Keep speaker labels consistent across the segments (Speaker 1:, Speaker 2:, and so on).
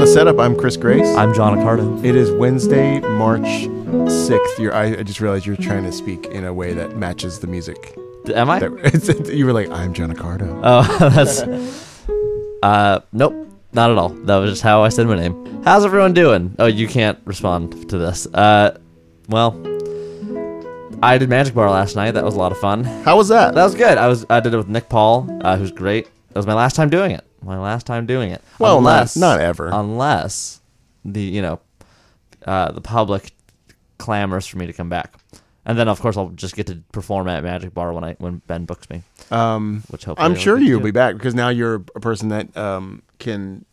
Speaker 1: Setup. I'm Chris Grace.
Speaker 2: I'm John Accardo.
Speaker 1: It is Wednesday, March 6th. You're, I, I just realized you're trying to speak in a way that matches the music.
Speaker 2: Am I?
Speaker 1: That, it's, you were like, I'm John Accardo.
Speaker 2: Oh, that's. Uh, nope, not at all. That was just how I said my name. How's everyone doing? Oh, you can't respond to this. Uh, well, I did Magic Bar last night. That was a lot of fun.
Speaker 1: How was that?
Speaker 2: That was good. I was I did it with Nick Paul, uh, who's great. That was my last time doing it. My last time doing it.
Speaker 1: Well, not- not ever.
Speaker 2: Unless the you know uh, the public clamors for me to come back, and then of course I'll just get to perform at Magic Bar when I when Ben books me. Um, which hopefully
Speaker 1: I'm
Speaker 2: I'll
Speaker 1: sure
Speaker 2: get
Speaker 1: you'll
Speaker 2: to.
Speaker 1: be back because now you're a person that um, can,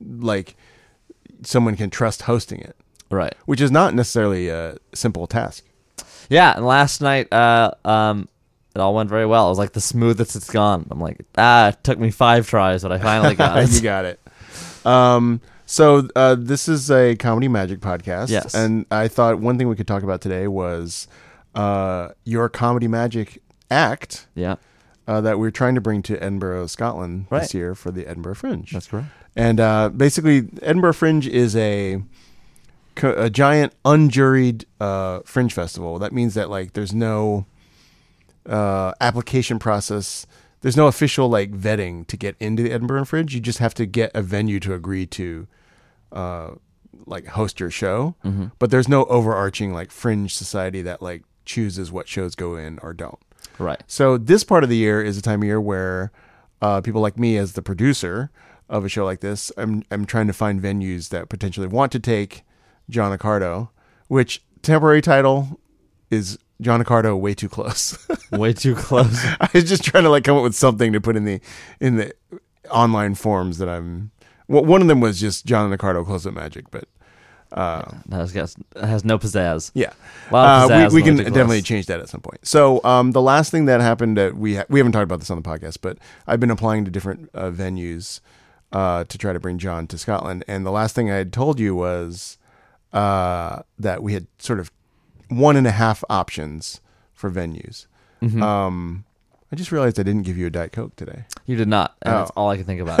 Speaker 1: like, someone can trust hosting it,
Speaker 2: right.
Speaker 1: which is not necessarily a simple task.
Speaker 2: Yeah, and last night, uh, um, it all went very well. It was like the smoothest it's gone. I'm like, ah, it took me five tries, but I finally got
Speaker 1: you
Speaker 2: it.
Speaker 1: got it. Um, so uh, this is a comedy magic podcast.
Speaker 2: Yes.
Speaker 1: and I thought one thing we could talk about today was uh, your comedy magic act
Speaker 2: yeah,
Speaker 1: uh, that we're trying to bring to Edinburgh, Scotland this
Speaker 2: Right.
Speaker 1: year for the Edinburgh Fringe.
Speaker 2: that's correct.
Speaker 1: and uh, basically, Edinburgh Fringe is a co- a giant unjuried uh, fringe festival. That means that like there's no uh, application process. There's no official like vetting to get into the Edinburgh Fringe. You just have to get a venue to agree to uh, like host your show.
Speaker 2: Mm-hmm.
Speaker 1: But there's no overarching like fringe society that like chooses what shows go in or don't.
Speaker 2: Right.
Speaker 1: So this part of the year is a time of year where uh, people like me, as the producer of a show like this, I'm I'm trying to find venues that potentially want to take John Accardo, which temporary title is John Accardo way too close.
Speaker 2: Way too close.
Speaker 1: I was just trying to like come up with something to put in the in the online forms that I'm. Well, one of them was just John Accardo close up magic, but uh,
Speaker 2: That has, got- that has no pizzazz.
Speaker 1: yeah,
Speaker 2: A lot of
Speaker 1: Uh,
Speaker 2: pizzazz
Speaker 1: we, we can
Speaker 2: and way too close.
Speaker 1: definitely change that at some point. So um, the last thing that happened that we ha- we haven't talked about this on the podcast, but I've been applying to different uh, venues uh, to try to bring John to Scotland. And the last thing I had told you was uh, that we had sort of one and a half options for venues.
Speaker 2: Mm-hmm.
Speaker 1: Um, I just realized I didn't give you a diet coke today.
Speaker 2: You did not, and
Speaker 1: Oh.
Speaker 2: that's all I can think about.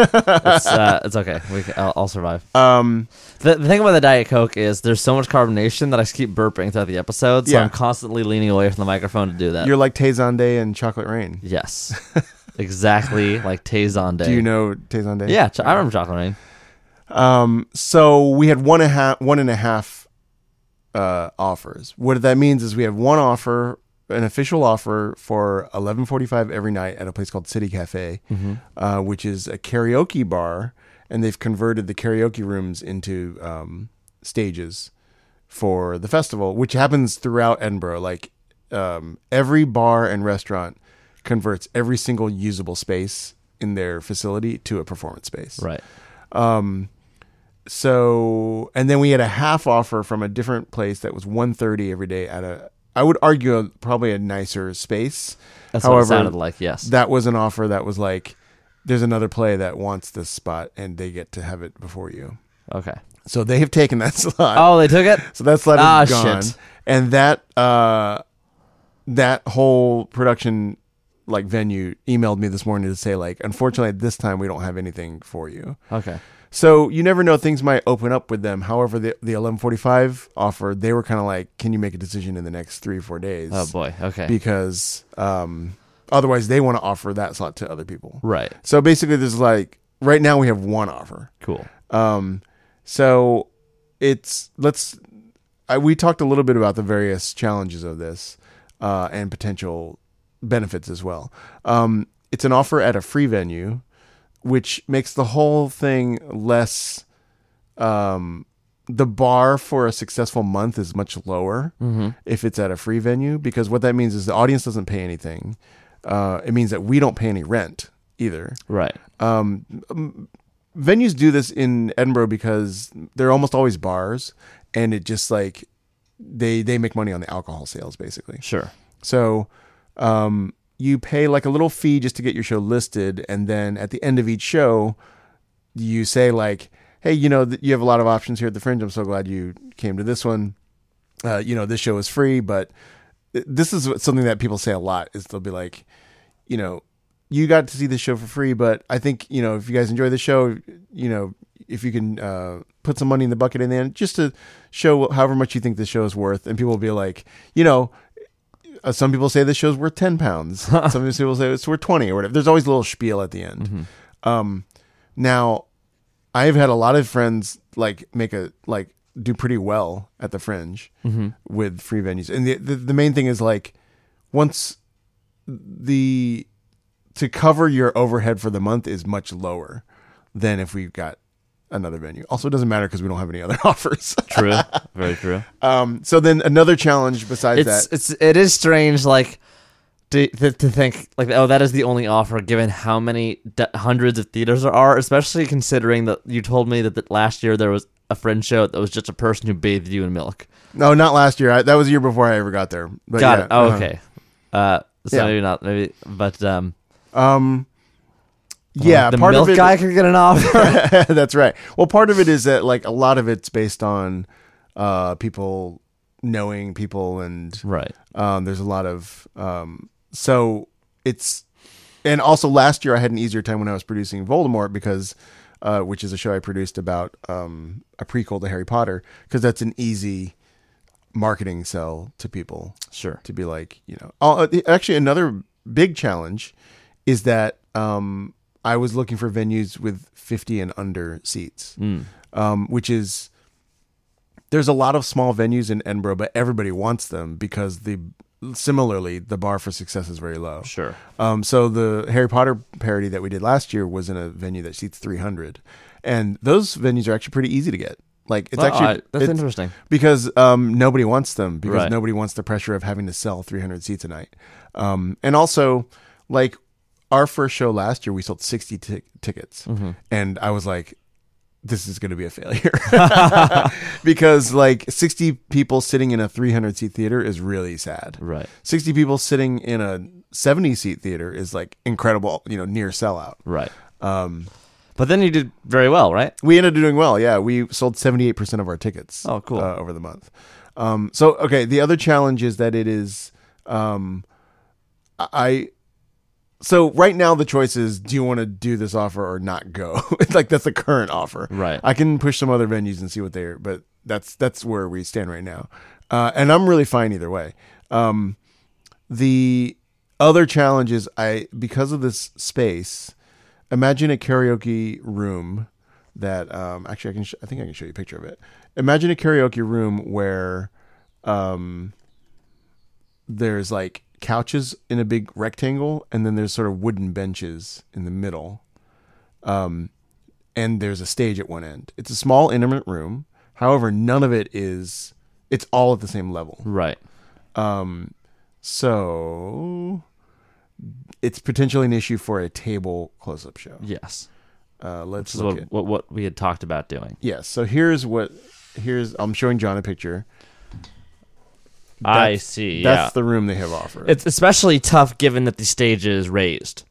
Speaker 2: it's, uh, it's okay. We can, I'll, I'll survive.
Speaker 1: Um,
Speaker 2: The, the thing about the Diet Coke is there's so much carbonation that I just keep burping throughout the episode, so
Speaker 1: Yeah.
Speaker 2: I'm constantly leaning away from the microphone to do that.
Speaker 1: you're like Tezonde and Chocolate Rain.
Speaker 2: yes, exactly like Tezonde.
Speaker 1: Do you know Tezonde?
Speaker 2: Yeah, ch- I remember chocolate rain.
Speaker 1: Um, so we had one and a half, one and a half uh, offers. What that means is we have one offer, an official offer for eleven forty-five every night at a place called City Cafe, uh, which is a karaoke bar, and they've converted the karaoke rooms into um, stages for the festival, which happens throughout Edinburgh. Like um, every bar and restaurant converts every single usable space in their facility to a performance space
Speaker 2: Right.
Speaker 1: so and then we had a half offer from a different place that was 130 every day at a i would argue a, probably a nicer space
Speaker 2: That's
Speaker 1: however
Speaker 2: what it sounded like. Yes.
Speaker 1: that was an offer that was like there's another play that wants this spot and they get to have it before you
Speaker 2: okay.
Speaker 1: so they have taken that slot
Speaker 2: Oh, they took it.
Speaker 1: so that slot
Speaker 2: Ah,
Speaker 1: is gone
Speaker 2: shit.
Speaker 1: and that uh that whole production like venue emailed me this morning to say like unfortunately at this time we don't have anything for you
Speaker 2: Okay.
Speaker 1: so you never know; things might open up with them. However, the the eleven forty five offer, they were kind of like, "Can you make a decision in the next three four days?"
Speaker 2: Oh boy. Okay.
Speaker 1: because um, otherwise they want to offer that slot to other people.
Speaker 2: right.
Speaker 1: So basically, there's like right now we have one offer.
Speaker 2: Cool.
Speaker 1: Um, so it's let's I, we talked a little bit about the various challenges of this uh, and potential benefits as well. Um, it's an offer at a free venue, which makes the whole thing less. Um, the bar for a successful month is much lower if it's at a free venue because what that means is the audience doesn't pay anything. Uh, it means that we don't pay any rent either
Speaker 2: Right.
Speaker 1: um, m- venues do this in Edinburgh because they're almost always bars, and it just like they they make money on the alcohol sales basically.
Speaker 2: Sure.
Speaker 1: So um, you pay like a little fee just to get your show listed, and then at the end of each show, you say like, "Hey, you know, th- you have a lot of options here at the Fringe. I'm so glad you came to this one. Uh, you know, this show is free, but th- this is what- something that people say a lot is they'll be like, you know." you got to see this show for free, but I think you know if you guys enjoy the show, you know if you can uh, put some money in the bucket in the end, just to show however much you think this show is worth, and people will be like, you know, uh, some people say this show's worth ten pounds, some people say it's worth twenty or whatever. There's always a little spiel at the end. Um, now, I've had a lot of friends like make a like do pretty well at the Fringe with free venues, and the, the the main thing is like once the to cover your overhead for the month is much lower than if we got another venue. Also, it doesn't matter because we don't have any other offers.
Speaker 2: True. Very true.
Speaker 1: um, so then another challenge besides
Speaker 2: It's
Speaker 1: that.
Speaker 2: it's it is strange, like to, to, to think like oh that is the only offer given how many d- hundreds of theaters there are, especially considering that you told me that, that last year there was a friend show that was just a person who bathed you in milk.
Speaker 1: No, not last year. I, that was a year before I ever got there. But
Speaker 2: Got
Speaker 1: yeah,
Speaker 2: it. Oh,
Speaker 1: uh-huh.
Speaker 2: okay. Uh, so
Speaker 1: Yeah.
Speaker 2: maybe not. Maybe, but um,
Speaker 1: Um, yeah,
Speaker 2: the
Speaker 1: part
Speaker 2: milk
Speaker 1: of it,
Speaker 2: guy could get an offer.
Speaker 1: that's right. Well, part of it is that like a lot of it's based on uh, people knowing people and
Speaker 2: right.
Speaker 1: Um, there's a lot of um, so it's and also last year I had an easier time when I was producing Voldemort because uh, which is a show I produced about um, a prequel to Harry Potter because that's an easy marketing sell to people
Speaker 2: Sure.
Speaker 1: to be like you know oh, uh, actually another big challenge is that um, I was looking for venues with 50 and under seats
Speaker 2: Hmm.
Speaker 1: um, which is there's a lot of small venues in Edinburgh, but everybody wants them because the similarly the bar for success is very low.
Speaker 2: Sure.
Speaker 1: Um, so the Harry Potter parody that we did last year was in a venue that seats 300, and those venues are actually pretty easy to get. Like it's
Speaker 2: Well,
Speaker 1: actually
Speaker 2: I- uh, that's
Speaker 1: it's-
Speaker 2: interesting.
Speaker 1: because um, nobody wants them because
Speaker 2: Right.
Speaker 1: nobody wants the pressure of having to sell 300 seats a night. Um, and also, like our first show last year, we sold 60 tic tickets, and I was like, "This is going to be a failure," because like 60 people sitting in a 300 seat theater is really sad.
Speaker 2: Right.
Speaker 1: 60 people sitting in a 70 seat theater is like incredible, you know, near sellout.
Speaker 2: Right.
Speaker 1: Um,
Speaker 2: But then you did very well, right?
Speaker 1: we ended up doing well. Yeah, we sold seventy eight percent of our tickets.
Speaker 2: Oh, cool.
Speaker 1: Uh, over the month. Um, so okay, the other challenge is that it is, um, I. So right now the choice is: Do you want to do this offer or not go? it's like that's the current offer.
Speaker 2: Right.
Speaker 1: I can push some other venues and see what they're, but that's that's where we stand right now, uh, and I'm really fine either way. Um, the other challenge is I because of this space. Imagine a karaoke room that um, actually I can sh- I think I can show you a picture of it. Imagine a karaoke room where um, there's like couches in a big rectangle, and then there's sort of wooden benches in the middle Um, and there's a stage at one end. It's a small, intimate room. However, none of it is. It's all at the same level.
Speaker 2: Right.
Speaker 1: Um, so it's potentially an issue for a table close-up show.
Speaker 2: Yes.
Speaker 1: Uh, let's
Speaker 2: This is
Speaker 1: look
Speaker 2: what,
Speaker 1: at.
Speaker 2: what what we had talked about doing.
Speaker 1: Yes. So here's what. Here's I'm showing John a picture.
Speaker 2: I
Speaker 1: That's-
Speaker 2: see.
Speaker 1: That's
Speaker 2: yeah.
Speaker 1: the room they have offered.
Speaker 2: It's especially tough given that the stage is raised.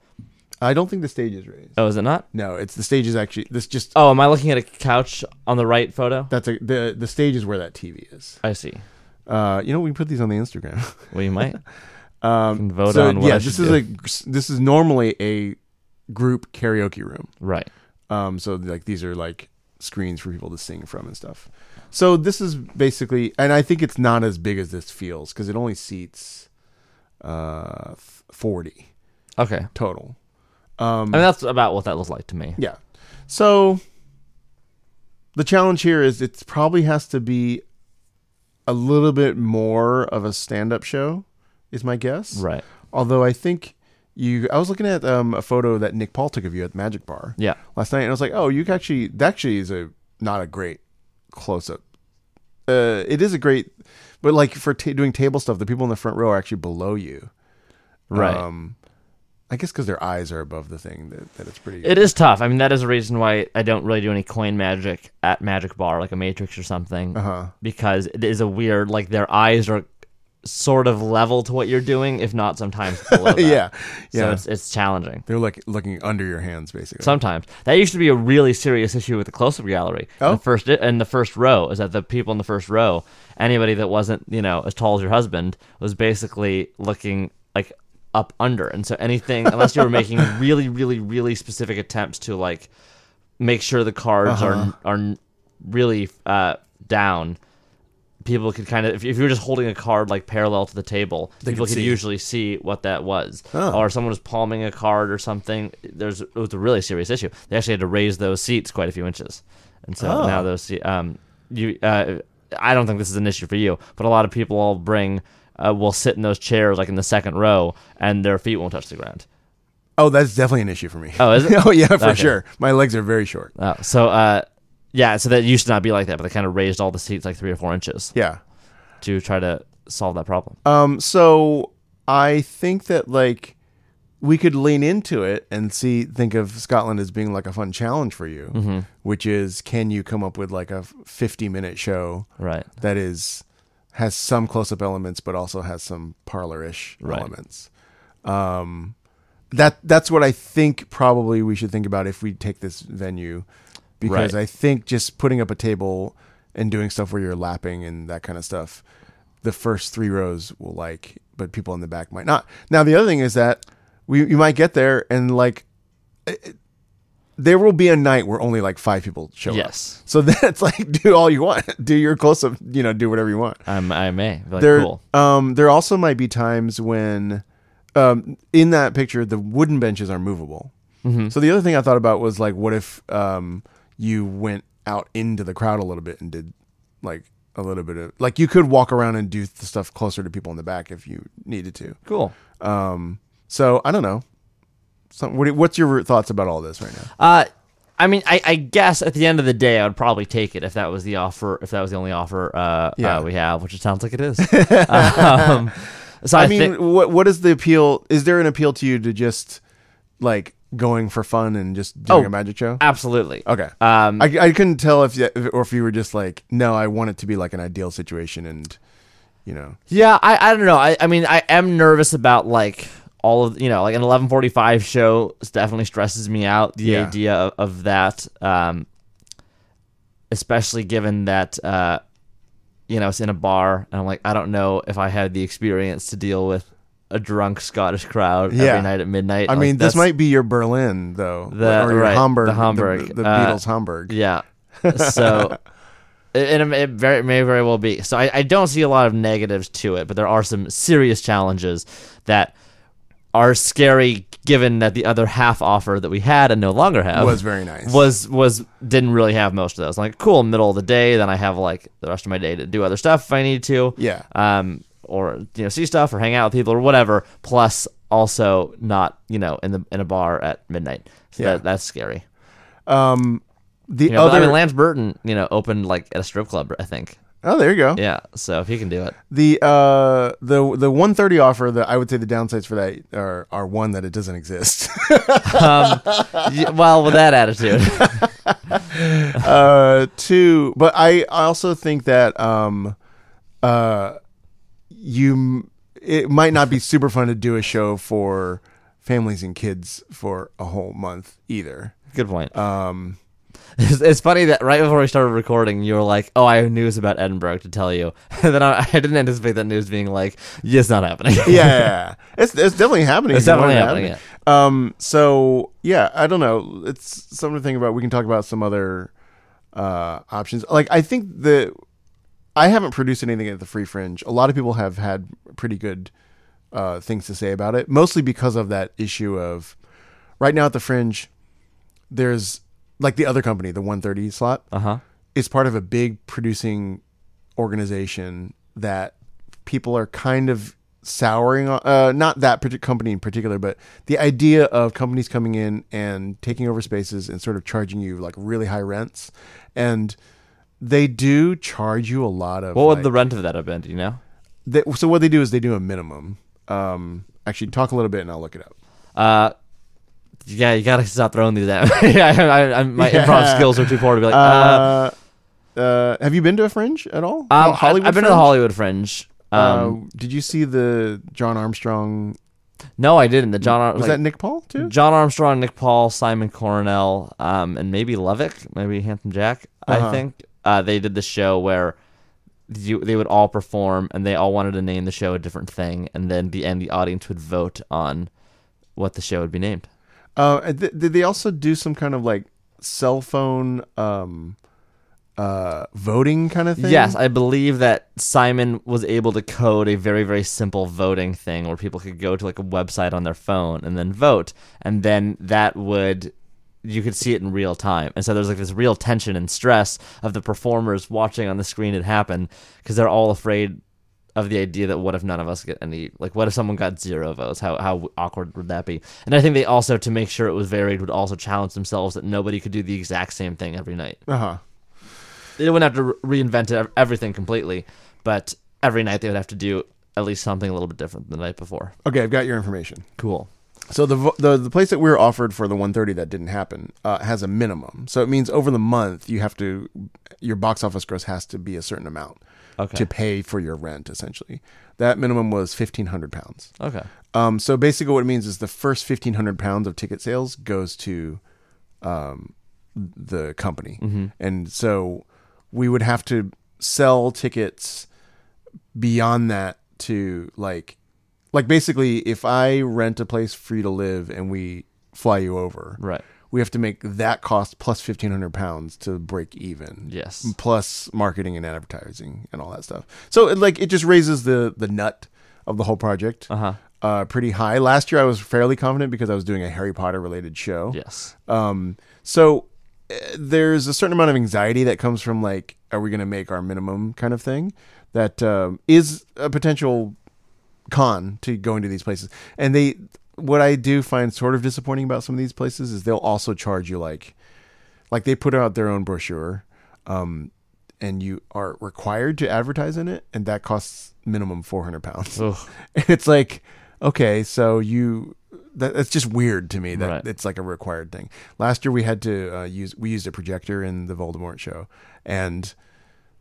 Speaker 1: I don't think the stage is raised.
Speaker 2: Oh, is it not?
Speaker 1: No, it's the stage is actually. This just.
Speaker 2: Oh, am I looking at a couch on the right photo?
Speaker 1: That's a the the stage is where that TV is.
Speaker 2: I see.
Speaker 1: Uh, you know we can put these on the Instagram.
Speaker 2: Well, you might.
Speaker 1: Um,
Speaker 2: Can vote
Speaker 1: so
Speaker 2: on what
Speaker 1: yeah,
Speaker 2: I
Speaker 1: this
Speaker 2: should
Speaker 1: is
Speaker 2: do.
Speaker 1: a this is normally a group karaoke room.
Speaker 2: right.
Speaker 1: Um, so like these are like screens for people to sing from and stuff. So this is basically, and I think it's not as big as this feels because it only seats uh, f- forty
Speaker 2: Okay. I
Speaker 1: total.
Speaker 2: mean, that's about what that looks like to me.
Speaker 1: Yeah. So the challenge here is it probably has to be a little bit more of a stand-up show, is my guess.
Speaker 2: Right.
Speaker 1: Although I think you, I was looking at um, a photo that Nick Paul took of you at the Magic Bar
Speaker 2: Yeah.
Speaker 1: last night, and I was like, oh, you actually that actually is a not a great close up. Uh, it is a great, but like for ta doing table stuff, the people in the front row are actually below you.
Speaker 2: Right.
Speaker 1: Um, I guess because their eyes are above the thing that, that it's pretty.
Speaker 2: It is tough. I mean, that is a reason why I don't really do any coin magic at Magic Bar, like a Matrix or something,
Speaker 1: Uh-huh.
Speaker 2: because it is a weird. Like their eyes are sort of level to what you're doing, if not sometimes below. That.
Speaker 1: yeah,
Speaker 2: So
Speaker 1: yeah.
Speaker 2: it's it's challenging.
Speaker 1: They're like looking under your hands, basically.
Speaker 2: Sometimes that used to be a really serious issue with the close-up gallery. In
Speaker 1: Oh.
Speaker 2: the first in the first row is that the people in the first row, anybody that wasn't you know as tall as your husband, was basically looking like up under. And so anything, unless you were making really, really, really specific attempts to like make sure the cards are are really uh, down, people could kind of if, if you were just holding a card like parallel to the table, people
Speaker 1: could
Speaker 2: could
Speaker 1: see.
Speaker 2: usually see what that was.
Speaker 1: Oh.
Speaker 2: Or someone was palming a card or something. There's it was a really serious issue. They actually had to raise those seats quite a few inches, and so
Speaker 1: Oh.
Speaker 2: now those se- um you uh, I don't think this is an issue for you, but a lot of people will bring. Uh, will sit in those chairs like in the second row, and their feet won't touch the ground.
Speaker 1: Oh, that's definitely an issue for me.
Speaker 2: Oh, is it?
Speaker 1: oh yeah, for
Speaker 2: Okay.
Speaker 1: sure. My legs are very short.
Speaker 2: Oh, so uh, yeah, so that used to not be like that, but they kind of raised all the seats like three or four inches
Speaker 1: Yeah.
Speaker 2: to try to solve that problem.
Speaker 1: Um, so I think that like we could lean into it and see think of Scotland as being like a fun challenge for you,
Speaker 2: Mm-hmm.
Speaker 1: which is can you come up with like a 50 minute show
Speaker 2: Right.
Speaker 1: that is has some close up elements but also has some parlorish
Speaker 2: Right.
Speaker 1: elements. Um that that's what I think probably we should think about if we take this venue because
Speaker 2: Right.
Speaker 1: I think just putting up a table and doing stuff where you're lapping and that kind of stuff the first 3 rows will like but people in the back might not. Now the other thing is that we you might get there and like it- it- there will be a night where only like 5 people show up.
Speaker 2: Yes,
Speaker 1: So that's like do all you want, do your close up, you know, do whatever you want.
Speaker 2: um, I may. Like,
Speaker 1: There,
Speaker 2: cool.
Speaker 1: um, there also might be times when, um, in that picture, the wooden benches are movable. So the other thing I thought about was like, what if um, you went out into the crowd a little bit and did like a little bit of like you could walk around and do the stuff closer to people in the back if you needed to.
Speaker 2: Cool.
Speaker 1: Um, so I don't know. Some, what, do- what's your thoughts about all this right now?
Speaker 2: Uh, I mean, I, I guess at the end of the day, I would probably take it if that was the offer, if that was the only offer uh,
Speaker 1: Yeah.
Speaker 2: uh, we have, which it sounds like it is. um, so I,
Speaker 1: I mean,
Speaker 2: think
Speaker 1: what what is the appeal? Is there an appeal to you to just like going for fun and just doing
Speaker 2: Oh.
Speaker 1: a magic show?
Speaker 2: absolutely.
Speaker 1: Okay,
Speaker 2: Um,
Speaker 1: I, I couldn't tell if, you- if or if you were just like, no, I want it to be like an ideal situation, and you know,
Speaker 2: Yeah, I, I don't know. I, I mean, I am nervous about like all of you know, like an eleven forty five show definitely stresses me out. The
Speaker 1: Yeah.
Speaker 2: idea of, of that, um, especially given that uh, you know it's in a bar, and I'm like, I don't know if I had the experience to deal with a drunk Scottish crowd
Speaker 1: Yeah.
Speaker 2: every night at midnight.
Speaker 1: I
Speaker 2: Like,
Speaker 1: mean, this
Speaker 2: that's-
Speaker 1: might be your Berlin though,
Speaker 2: The-
Speaker 1: or your
Speaker 2: right,
Speaker 1: Hamburg,
Speaker 2: the Hamburg,
Speaker 1: the, the
Speaker 2: uh,
Speaker 1: Beatles Hamburg.
Speaker 2: Yeah. So, and it very may very well be. So I, I don't see a lot of negatives to it, but there are some serious challenges that are scary, given that the other half offer that we had and no longer have
Speaker 1: Was very nice.
Speaker 2: Was was didn't really have most of those. Like cool, middle of the day. Then I have like the rest of my day to do other stuff if I need to.
Speaker 1: Yeah.
Speaker 2: Um. Or you know, see stuff or hang out with people or whatever. Plus, also not you know in the in a bar at midnight. So
Speaker 1: Yeah.
Speaker 2: that, that's scary.
Speaker 1: Um, the
Speaker 2: You know, but,
Speaker 1: other
Speaker 2: I mean, Lance Burton, you know, opened like at a strip club, I think.
Speaker 1: oh, there you go.
Speaker 2: Yeah, so if he can do it,
Speaker 1: The uh the the one thirty offer that I would say the downsides for that are are one that it doesn't exist.
Speaker 2: Y- well, with that attitude,
Speaker 1: uh two but i I also think that um uh you m- it might not be super fun to do a show for families and kids for a whole month either
Speaker 2: good point.
Speaker 1: um
Speaker 2: It's, it's funny that right before we started recording, you were like, "Oh, I have news about Edinburgh to tell you," and then I, I didn't anticipate that news being like, yeah, "It's not happening."
Speaker 1: yeah, yeah, yeah. it's it's definitely happening
Speaker 2: It's
Speaker 1: if you want it to
Speaker 2: definitely
Speaker 1: happen. um so yeah i don't know it's something to think about we can talk about some other uh options like i think the I haven't produced anything at the Free Fringe. A lot of people have had pretty good uh, things to say about it, mostly because of that issue of right now at the Fringe, there's like the other company, the 130 slot,
Speaker 2: Uh huh.
Speaker 1: is part of a big producing organization that people are kind of souring on. Uh, not that partic- company in particular, but the idea of companies coming in and taking over spaces and sort of charging you like really high rents. And they do charge you a lot of.
Speaker 2: What would
Speaker 1: like-
Speaker 2: the rent of that have been? Do you know?
Speaker 1: they, so what they do is they do a minimum. Um, actually, talk a little bit and I'll look it up.
Speaker 2: Uh, yeah, you gotta stop throwing these out. yeah, I, I, I, my improv
Speaker 1: Yeah.
Speaker 2: skills are too poor to be like. Uh,
Speaker 1: Uh, uh, have you been to a fringe at all?
Speaker 2: um,
Speaker 1: Ho-
Speaker 2: Hollywood I've been to the
Speaker 1: uh, Fringe?
Speaker 2: Hollywood Fringe.
Speaker 1: Uh,
Speaker 2: Um,
Speaker 1: did you see the John Armstrong?
Speaker 2: no, I didn't. The John Ar-
Speaker 1: Was
Speaker 2: like-
Speaker 1: that Nick Paul too?
Speaker 2: John Armstrong, Nick Paul, Simon Coronel, um, and maybe Levick, maybe Handsome Jack. I
Speaker 1: Uh-huh.
Speaker 2: think uh, they did the show where you, they would all perform, and they all wanted to name the show a different thing, and then at the end the audience would vote on what the show would be named.
Speaker 1: Uh, th- did they also do some kind of like cell phone um, uh, voting kind of thing?
Speaker 2: Yes, I believe that Simon was able to code a very, very simple voting thing where people could go to like a website on their phone and then vote, and then that would you could see it in real time. And so there's like this real tension and stress of the performers watching on the screen it happen because they're all afraid of the idea that what if none of us get any like what if someone got zero votes how how awkward would that be and i think they also to make sure it was varied would also challenge themselves that nobody could do the exact same thing every night
Speaker 1: Uh huh.
Speaker 2: they wouldn't have to re- reinvent ev- everything completely, but every night they would have to do at least something a little bit different than the night before.
Speaker 1: Okay, I've got your information.
Speaker 2: Cool.
Speaker 1: So the vo- the the place that we were offered for the 130 that didn't happen uh, has a minimum. So it means over the month you have to your box office gross has to be a certain amount
Speaker 2: Okay.
Speaker 1: to pay for your rent. Essentially, that minimum was 1,500 pounds.
Speaker 2: Okay.
Speaker 1: Um, so basically, what it means is the first 1,500 pounds of ticket sales goes to um, the company,
Speaker 2: Mm-hmm.
Speaker 1: and so we would have to sell tickets beyond that to like like basically if i rent a place for you to live and we fly you over
Speaker 2: Right.
Speaker 1: we have to make that cost plus 1500 pounds to break even
Speaker 2: Yes.
Speaker 1: plus marketing and advertising and all that stuff so it, like it just raises the the nut of the whole project
Speaker 2: Uh huh.
Speaker 1: uh, pretty high last year i was fairly confident because i was doing a harry potter related show
Speaker 2: Yes.
Speaker 1: um, so uh, there's a certain amount of anxiety that comes from like, are we going to make our minimum kind of thing? That um, is a potential con to going to these places. And they, what I do find sort of disappointing about some of these places is they'll also charge you like, like they put out their own brochure, um, and you are required to advertise in it, and that costs minimum four hundred pounds.
Speaker 2: Ugh.
Speaker 1: And it's like, okay, so you that, that's just weird to me that
Speaker 2: Right.
Speaker 1: it's like a required thing. Last year we had to uh, use we used a projector in the Voldemort show, and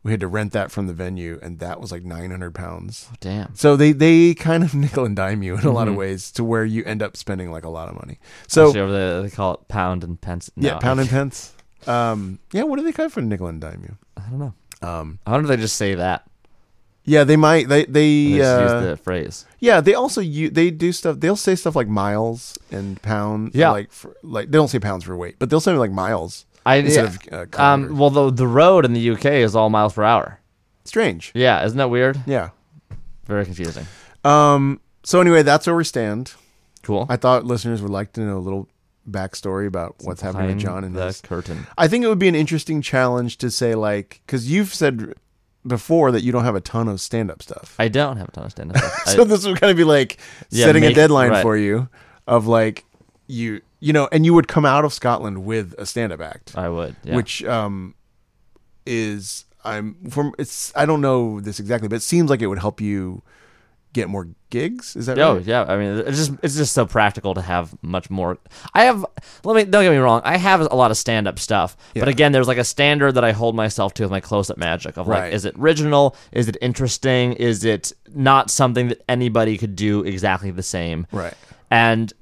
Speaker 1: we had to rent that from the venue, and that was like nine hundred pounds.
Speaker 2: Damn.
Speaker 1: So they they kind of nickel and dime you in a lot
Speaker 2: Mm-hmm.
Speaker 1: of ways to where you end up spending like a lot of money. So
Speaker 2: Actually, over there, they call it pound and pence.
Speaker 1: yeah,
Speaker 2: No,
Speaker 1: pound
Speaker 2: I,
Speaker 1: and pence. Um, yeah, what do they call it for nickel and dime you?
Speaker 2: I don't know.
Speaker 1: Um,
Speaker 2: I wonder if they just say that.
Speaker 1: yeah, they might they
Speaker 2: and
Speaker 1: they,
Speaker 2: They just
Speaker 1: uh,
Speaker 2: use the phrase.
Speaker 1: Yeah, they also you they do stuff. They'll say stuff like miles and pound.
Speaker 2: Yeah.
Speaker 1: like for, like they don't say pounds for weight, but they'll say like miles
Speaker 2: I
Speaker 1: instead
Speaker 2: yeah.
Speaker 1: of uh,
Speaker 2: um.
Speaker 1: kilometers.
Speaker 2: Well, the the road in the UK is all miles per hour.
Speaker 1: strange.
Speaker 2: Yeah. Isn't that weird?
Speaker 1: Yeah.
Speaker 2: Very confusing.
Speaker 1: Um. So anyway, that's where we stand.
Speaker 2: Cool.
Speaker 1: I thought listeners would like to know a little backstory about what's happening
Speaker 2: Behind
Speaker 1: to John and
Speaker 2: the
Speaker 1: his.
Speaker 2: curtain.
Speaker 1: I think it would be an interesting challenge to say like because you've said before that you don't have a ton of stand up stuff.
Speaker 2: I don't have a ton of stand up.
Speaker 1: so this would kind of be like
Speaker 2: Yeah,
Speaker 1: setting a
Speaker 2: make-
Speaker 1: deadline
Speaker 2: right.
Speaker 1: for you of like you you know and you would come out of scotland with a stand-up act
Speaker 2: I, I would. Uh, Yeah.
Speaker 1: which um is i'm from it's i don't know this exactly but it seems like it would help you get more gigs is that
Speaker 2: Oh
Speaker 1: right
Speaker 2: yeah, I mean it's just it's just so practical to have much more. I have let me don't get me wrong, I have a lot of stand up stuff,
Speaker 1: Yeah.
Speaker 2: but again, there's like a standard that I hold myself to with my close up magic of like,
Speaker 1: Right.
Speaker 2: is it original? Is it interesting? Is it not something that anybody could do exactly the same?
Speaker 1: right
Speaker 2: And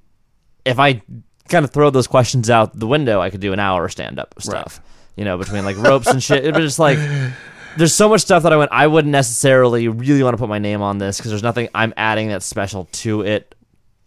Speaker 2: if I kind of throw those questions out the window, I could do an hour stand up stuff. You know, between like ropes and shit. It was just like there's so much stuff that I went I wouldn't necessarily really want to put my name on this because there's nothing I'm adding that's special to it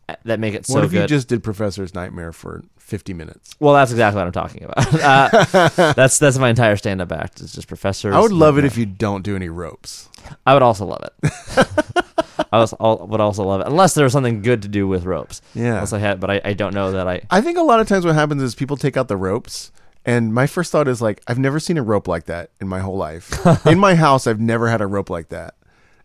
Speaker 2: uh, that make it so
Speaker 1: what if
Speaker 2: good.
Speaker 1: you just did professor's nightmare for 50 minutes
Speaker 2: well, that's exactly what I'm talking about. uh, that's that's my entire stand up act. It's just professors.
Speaker 1: i would love it if you don't do any ropes
Speaker 2: I would also love it. I was, al- would also love it unless there was something good to do with ropes.
Speaker 1: Yeah.
Speaker 2: Unless I had, but I, I don't know that I.
Speaker 1: i think a lot of times what happens is people take out the ropes and my first thought is like i've never seen a rope like that in my whole life in my house i've never had a rope like that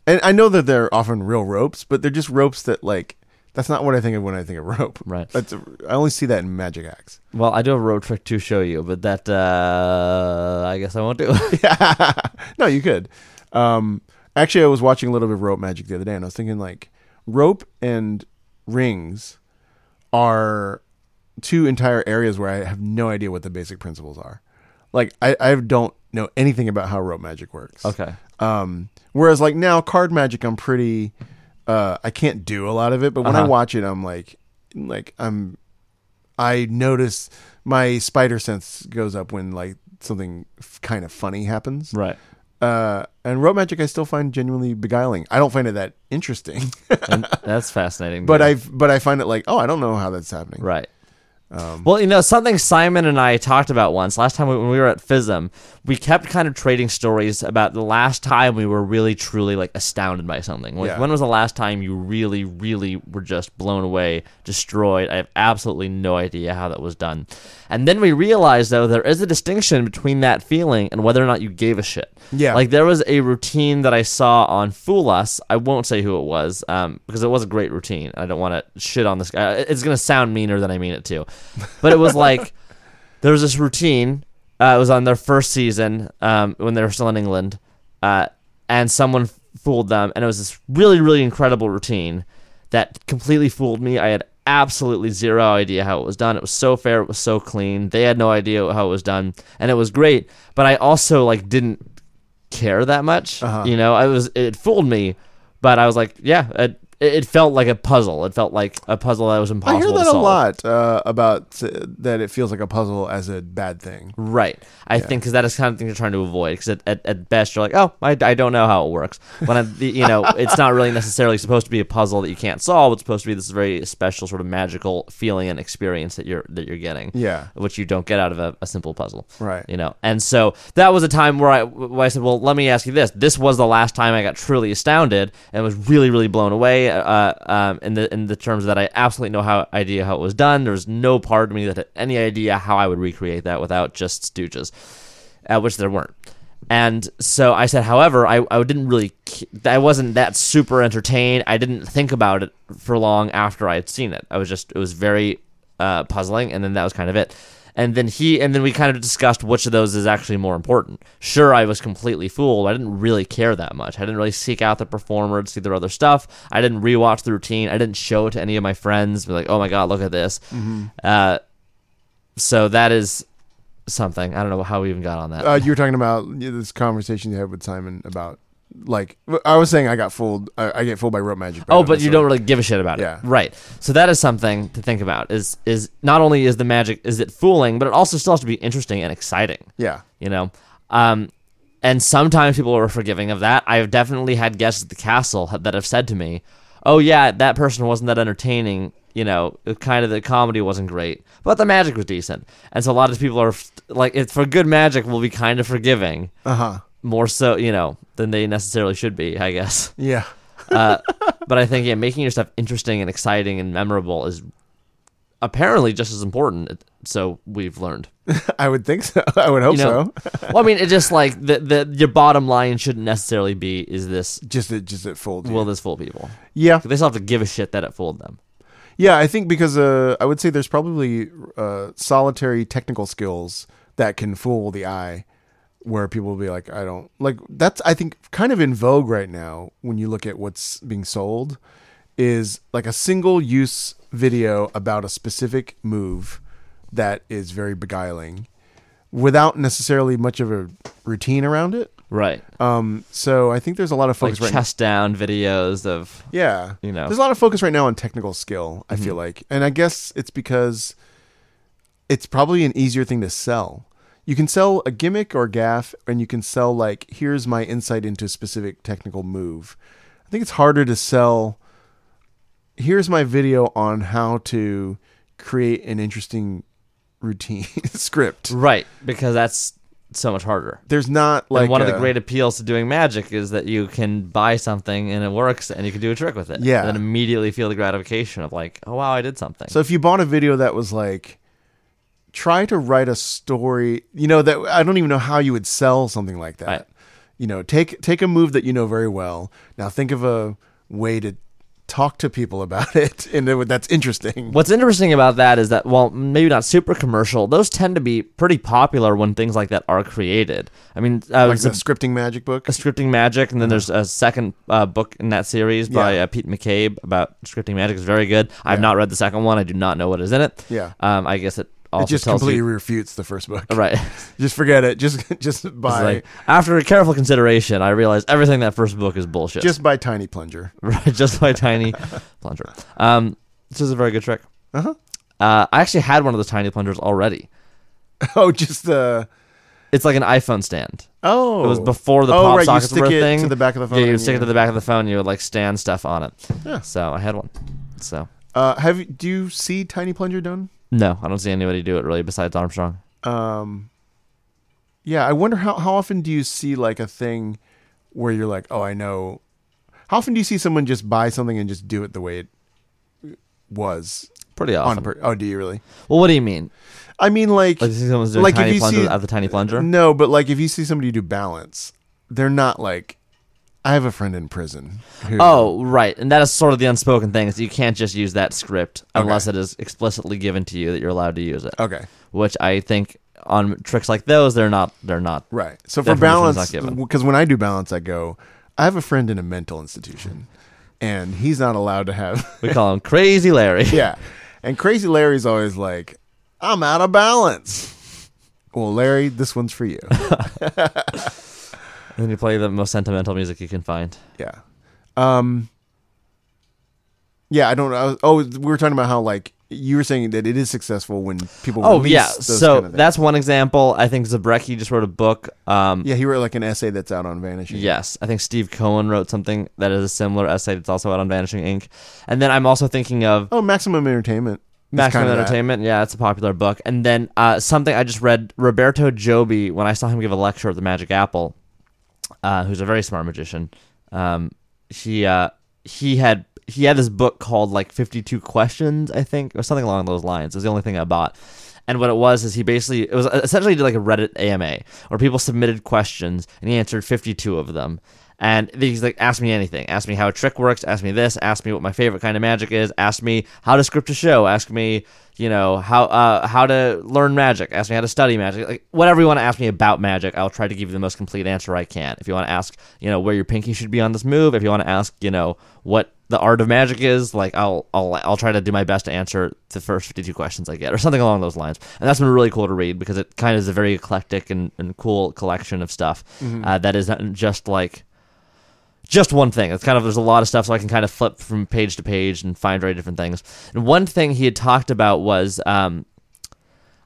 Speaker 1: and i know that they're often real ropes but they're just ropes that like that's not what i think of when i think of rope
Speaker 2: Right.
Speaker 1: that's i only see that in magic acts
Speaker 2: Well, I do have a road trick to show you, but that uh, I guess I won't do.
Speaker 1: no, you could. Um, actually, I was watching a little bit of rope magic the other day, and I was thinking like rope and rings are two entire areas where I have no idea what the basic principles are. Like I, I don't know anything about how rope magic works.
Speaker 2: okay.
Speaker 1: Um, whereas like now card magic, I'm pretty. Uh, I can't do a lot of it, but when I
Speaker 2: Uh-huh.
Speaker 1: watch it, I'm like, like I'm, I notice my spider sense goes up when like something f- kind of funny happens
Speaker 2: Right.
Speaker 1: Uh, and rope magic, I still find genuinely beguiling. I don't find it that interesting,
Speaker 2: And that's fascinating.
Speaker 1: but
Speaker 2: yeah.
Speaker 1: I but I find it like, oh, I don't know how that's happening.
Speaker 2: Right. well, you know something Simon and I talked about once last time we, when we were at FISM, we kept kind of trading stories about the last time we were really truly like astounded by something. Like,
Speaker 1: Yeah.
Speaker 2: when was the last time you really, really were just blown away, destroyed? I have absolutely no idea how that was done. And then we realized though there is a distinction between that feeling and whether or not you gave a shit.
Speaker 1: Yeah.
Speaker 2: Like there was a routine that I saw on Fool Us. I won't say who it was um, because it was a great routine. I don't want to shit on this guy. It's going to sound meaner than I mean it to. But it was like there was this routine. Uh, it was on their first season um, when they were still in England. Uh, and someone f- fooled them. And it was this really, really incredible routine that completely fooled me. I had absolutely zero idea how it was done. It was so fair. It was so clean. They had no idea how it was done. And it was great. But I also like didn't care that much.
Speaker 1: Uh-huh.
Speaker 2: You know, I was it fooled me, but I was like, yeah, it, it felt like a puzzle. It felt like a puzzle that was
Speaker 1: I
Speaker 2: impossible.
Speaker 1: hear
Speaker 2: to
Speaker 1: that a
Speaker 2: solve.
Speaker 1: lot uh, about uh, that it feels like a puzzle as a bad thing.
Speaker 2: Right. I think 'cause think because that is kind of thing you're trying to avoid. Because at, at, at best you're like, oh, I, I don't know how it works. When I, the- you know, it's not really necessarily supposed to be a puzzle that you can't solve. It's supposed to be this very special sort of magical feeling and experience that you're that you're getting.
Speaker 1: Yeah.
Speaker 2: Which you don't get out of a, a simple puzzle.
Speaker 1: Right.
Speaker 2: You know. And so that was a time where I where I said, well, let me ask you this. This was the last time I got truly astounded and was really really blown away. Uh, um, in the in the terms that I absolutely no how idea how it was done. There was no part of me that had any idea how I would recreate that without just stooges, uh, which there weren't. And so I said, however, I, I didn't really, c- I wasn't that super entertained. I didn't think about it for long after I had seen it. I was just, it was very uh, puzzling, and then that was kind of it. And then he, and then we kind of discussed which of those is actually more important. Sure, I was completely fooled. I didn't really care that much. I didn't really seek out the performer to see their other stuff. I didn't rewatch the routine. I didn't show it to any of my friends. Be like, oh my god, look at this. Uh, so that is something. I don't know how we even got on that.
Speaker 1: Uh, you were talking about yeah, this conversation you had with Simon about like I was saying I got fooled. I, I get fooled by rope magic.
Speaker 2: Oh,
Speaker 1: I
Speaker 2: but you
Speaker 1: necessarily-
Speaker 2: don't really give a shit about
Speaker 1: Yeah.
Speaker 2: it. Right. So that is something to think about. Is is not only is the magic is it fooling, but it also still has to be interesting and exciting.
Speaker 1: Yeah.
Speaker 2: You know? Um and sometimes people are forgiving of that. I've definitely had guests at the castle ha- that have said to me, "Oh yeah, that person wasn't that entertaining. You know, it kind of the comedy wasn't great, but the magic was decent." And so a lot of people are f- like, "It's for good magic, we'll be kind of forgiving."
Speaker 1: Uh huh.
Speaker 2: More so, you know, than they necessarily should be, I guess
Speaker 1: Yeah.
Speaker 2: uh, but I think yeah, making your stuff interesting and exciting and memorable is apparently just as important. So we've learned.
Speaker 1: I would think so. I would hope
Speaker 2: You know,
Speaker 1: so.
Speaker 2: well, I mean, it just like the the your bottom line shouldn't necessarily be is this
Speaker 1: Just it. Just it fooled. you.
Speaker 2: will this fool people?
Speaker 1: yeah.
Speaker 2: They still have to give a shit that it fooled them.
Speaker 1: Yeah, I think because uh, I would say there's probably uh, solitary technical skills that can fool the eye, where people will be like, I don't like. That's I think kind of in vogue right now when you look at what's being sold, is like a single use video about a specific move that is very beguiling, without necessarily much of a routine around it.
Speaker 2: Right.
Speaker 1: Um, so I think there's a lot of
Speaker 2: Like
Speaker 1: focus right now.
Speaker 2: chest down videos of
Speaker 1: Yeah.
Speaker 2: You know. Mm-hmm.
Speaker 1: There's a lot of focus right now on technical skill, I feel like. And I guess it's because it's probably an easier thing to sell. You can sell a gimmick or gaff and you can sell like here's my insight into a specific technical move. I think it's harder to sell here's my video on how to create an interesting routine script.
Speaker 2: right because that's so much harder.
Speaker 1: There's not like
Speaker 2: and one of
Speaker 1: a-
Speaker 2: the great appeals to doing magic is that you can buy something and it works and you can do a trick with it.
Speaker 1: Yeah.
Speaker 2: And then immediately feel the gratification of like, oh wow, I did something.
Speaker 1: So if you bought a video that was like, try to write a story, you know that I don't even know how you would sell something like that.
Speaker 2: Right.
Speaker 1: You know, take take a move that you know very well. Now think of a way to talk to people about it, and then that's interesting.
Speaker 2: What's interesting about that is that, well, maybe not super commercial, those tend to be pretty popular when things like that are created. I mean,
Speaker 1: Like
Speaker 2: uh, there's a,
Speaker 1: the scripting magic book.
Speaker 2: a scripting magic, and then there's a second uh, book in that series by
Speaker 1: Yeah.
Speaker 2: uh, Pete McCabe about scripting magic. It's very good. I've not read the second one. I do not know what is in it.
Speaker 1: Yeah.
Speaker 2: Um, I guess it also
Speaker 1: It just
Speaker 2: tells
Speaker 1: completely
Speaker 2: you.
Speaker 1: refutes the first book.
Speaker 2: Right.
Speaker 1: Just forget it. Just just
Speaker 2: It's
Speaker 1: buy
Speaker 2: like, after careful consideration, I realized everything that first book is bullshit.
Speaker 1: just buy Tiny Plunger.
Speaker 2: Right, just my tiny plunger. Um, this is a very good trick.
Speaker 1: Uh-huh.
Speaker 2: Uh, I actually had one of those tiny plungers already.
Speaker 1: Oh, just the
Speaker 2: It's like an iPhone stand.
Speaker 1: Oh,
Speaker 2: It was before the
Speaker 1: oh,
Speaker 2: pop
Speaker 1: right, you
Speaker 2: sockets
Speaker 1: stick
Speaker 2: were a
Speaker 1: it
Speaker 2: thing.
Speaker 1: to the back of the phone.
Speaker 2: Yeah, you would
Speaker 1: and
Speaker 2: stick it
Speaker 1: you-
Speaker 2: to the back of the phone. You would like stand stuff on it.
Speaker 1: Yeah.
Speaker 2: So I had one. So
Speaker 1: Uh, have you- do you see Tiny Plunger done?
Speaker 2: no, I don't see anybody do it really besides Armstrong.
Speaker 1: Um, yeah, I wonder how how often do you see like a thing where you're like, oh, I know. How often do you see someone just buy something and just do it the way it was
Speaker 2: Pretty often.
Speaker 1: on? Per- oh, do you really?
Speaker 2: well, what do you mean?
Speaker 1: I mean, like,
Speaker 2: Like, you see someone's doing
Speaker 1: Like, if
Speaker 2: tiny
Speaker 1: you
Speaker 2: plunger
Speaker 1: see-
Speaker 2: at the tiny plunger.
Speaker 1: no, but like if you see somebody do balance, they're not like. I have a friend in prison. Who,
Speaker 2: Oh, right. And that is sort of the unspoken thing is you can't just use that script unless it is explicitly given to you that you're allowed to use it.
Speaker 1: okay,
Speaker 2: Which I think on tricks like those they're not they're not
Speaker 1: right. So for
Speaker 2: Definition's
Speaker 1: balance,
Speaker 2: not given.
Speaker 1: because when I do balance, I go. I have a friend in a mental institution, and he's not allowed to have
Speaker 2: we call them crazy Larry.
Speaker 1: yeah. And Crazy Larry's always like, I'm out of balance. Well, Larry, this one's for you.
Speaker 2: and you play the most sentimental music you can find.
Speaker 1: yeah. Um Yeah, I don't know. Oh, we were talking about how like you were saying that it is successful when people
Speaker 2: Oh
Speaker 1: release
Speaker 2: yeah.
Speaker 1: those
Speaker 2: So
Speaker 1: kind of things.
Speaker 2: that's one example. I think Zabrecki just wrote a book. Um
Speaker 1: Yeah, he wrote like an essay that's out on Vanishing.
Speaker 2: Yes, I think Steve Cohen wrote something that is a similar essay that's also out on Vanishing Ink. And then I'm also thinking of
Speaker 1: Oh, Maximum Entertainment. is
Speaker 2: Maximum
Speaker 1: kinda that.
Speaker 2: Entertainment. Yeah, it's a popular book. And then uh, something I just read Roberto Joby when I saw him give a lecture at the Magic Apple, uh, who's a very smart magician. Um, he uh, he had he had this book called like 52 Questions, I think, or something along those lines. It was the only thing I bought. And what it was is he basically it was essentially did like a Reddit AMA where people submitted questions and he answered 52 of them. And he's like, ask me anything. Ask me how a trick works. Ask me this. Ask me what my favorite kind of magic is. Ask me how to script a show. Ask me, you know, how uh, how to learn magic. Ask me how to study magic. Like whatever you want to ask me about magic, I'll try to give you the most complete answer I can. If you want to ask, you know, where your pinky should be on this move. If you want to ask, you know, what the art of magic is, like I'll I'll I'll try to do my best to answer the first fifty two questions I get, or something along those lines. And that's been really cool to read because it kind of is a very eclectic and, and cool collection of stuff uh, that is not just like just one thing. It's kind of there's a lot of stuff, so I can kind of flip from page to page and find very different things. And one thing he had talked about was um,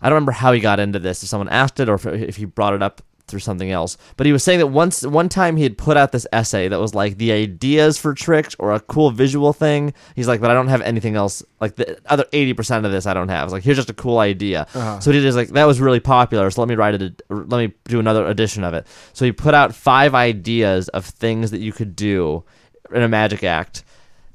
Speaker 2: I don't remember how he got into this, if someone asked it or if, if he brought it up through something else. But he was saying that once one time he had put out this essay that was like the ideas for tricks or a cool visual thing. He's like, but I don't have anything else. Like the other eighty percent of this I don't have. It's like here's just a cool idea. So he did is like that was really popular. So let me write it. Let me do another edition of it. So he put out five ideas of things that you could do in a magic act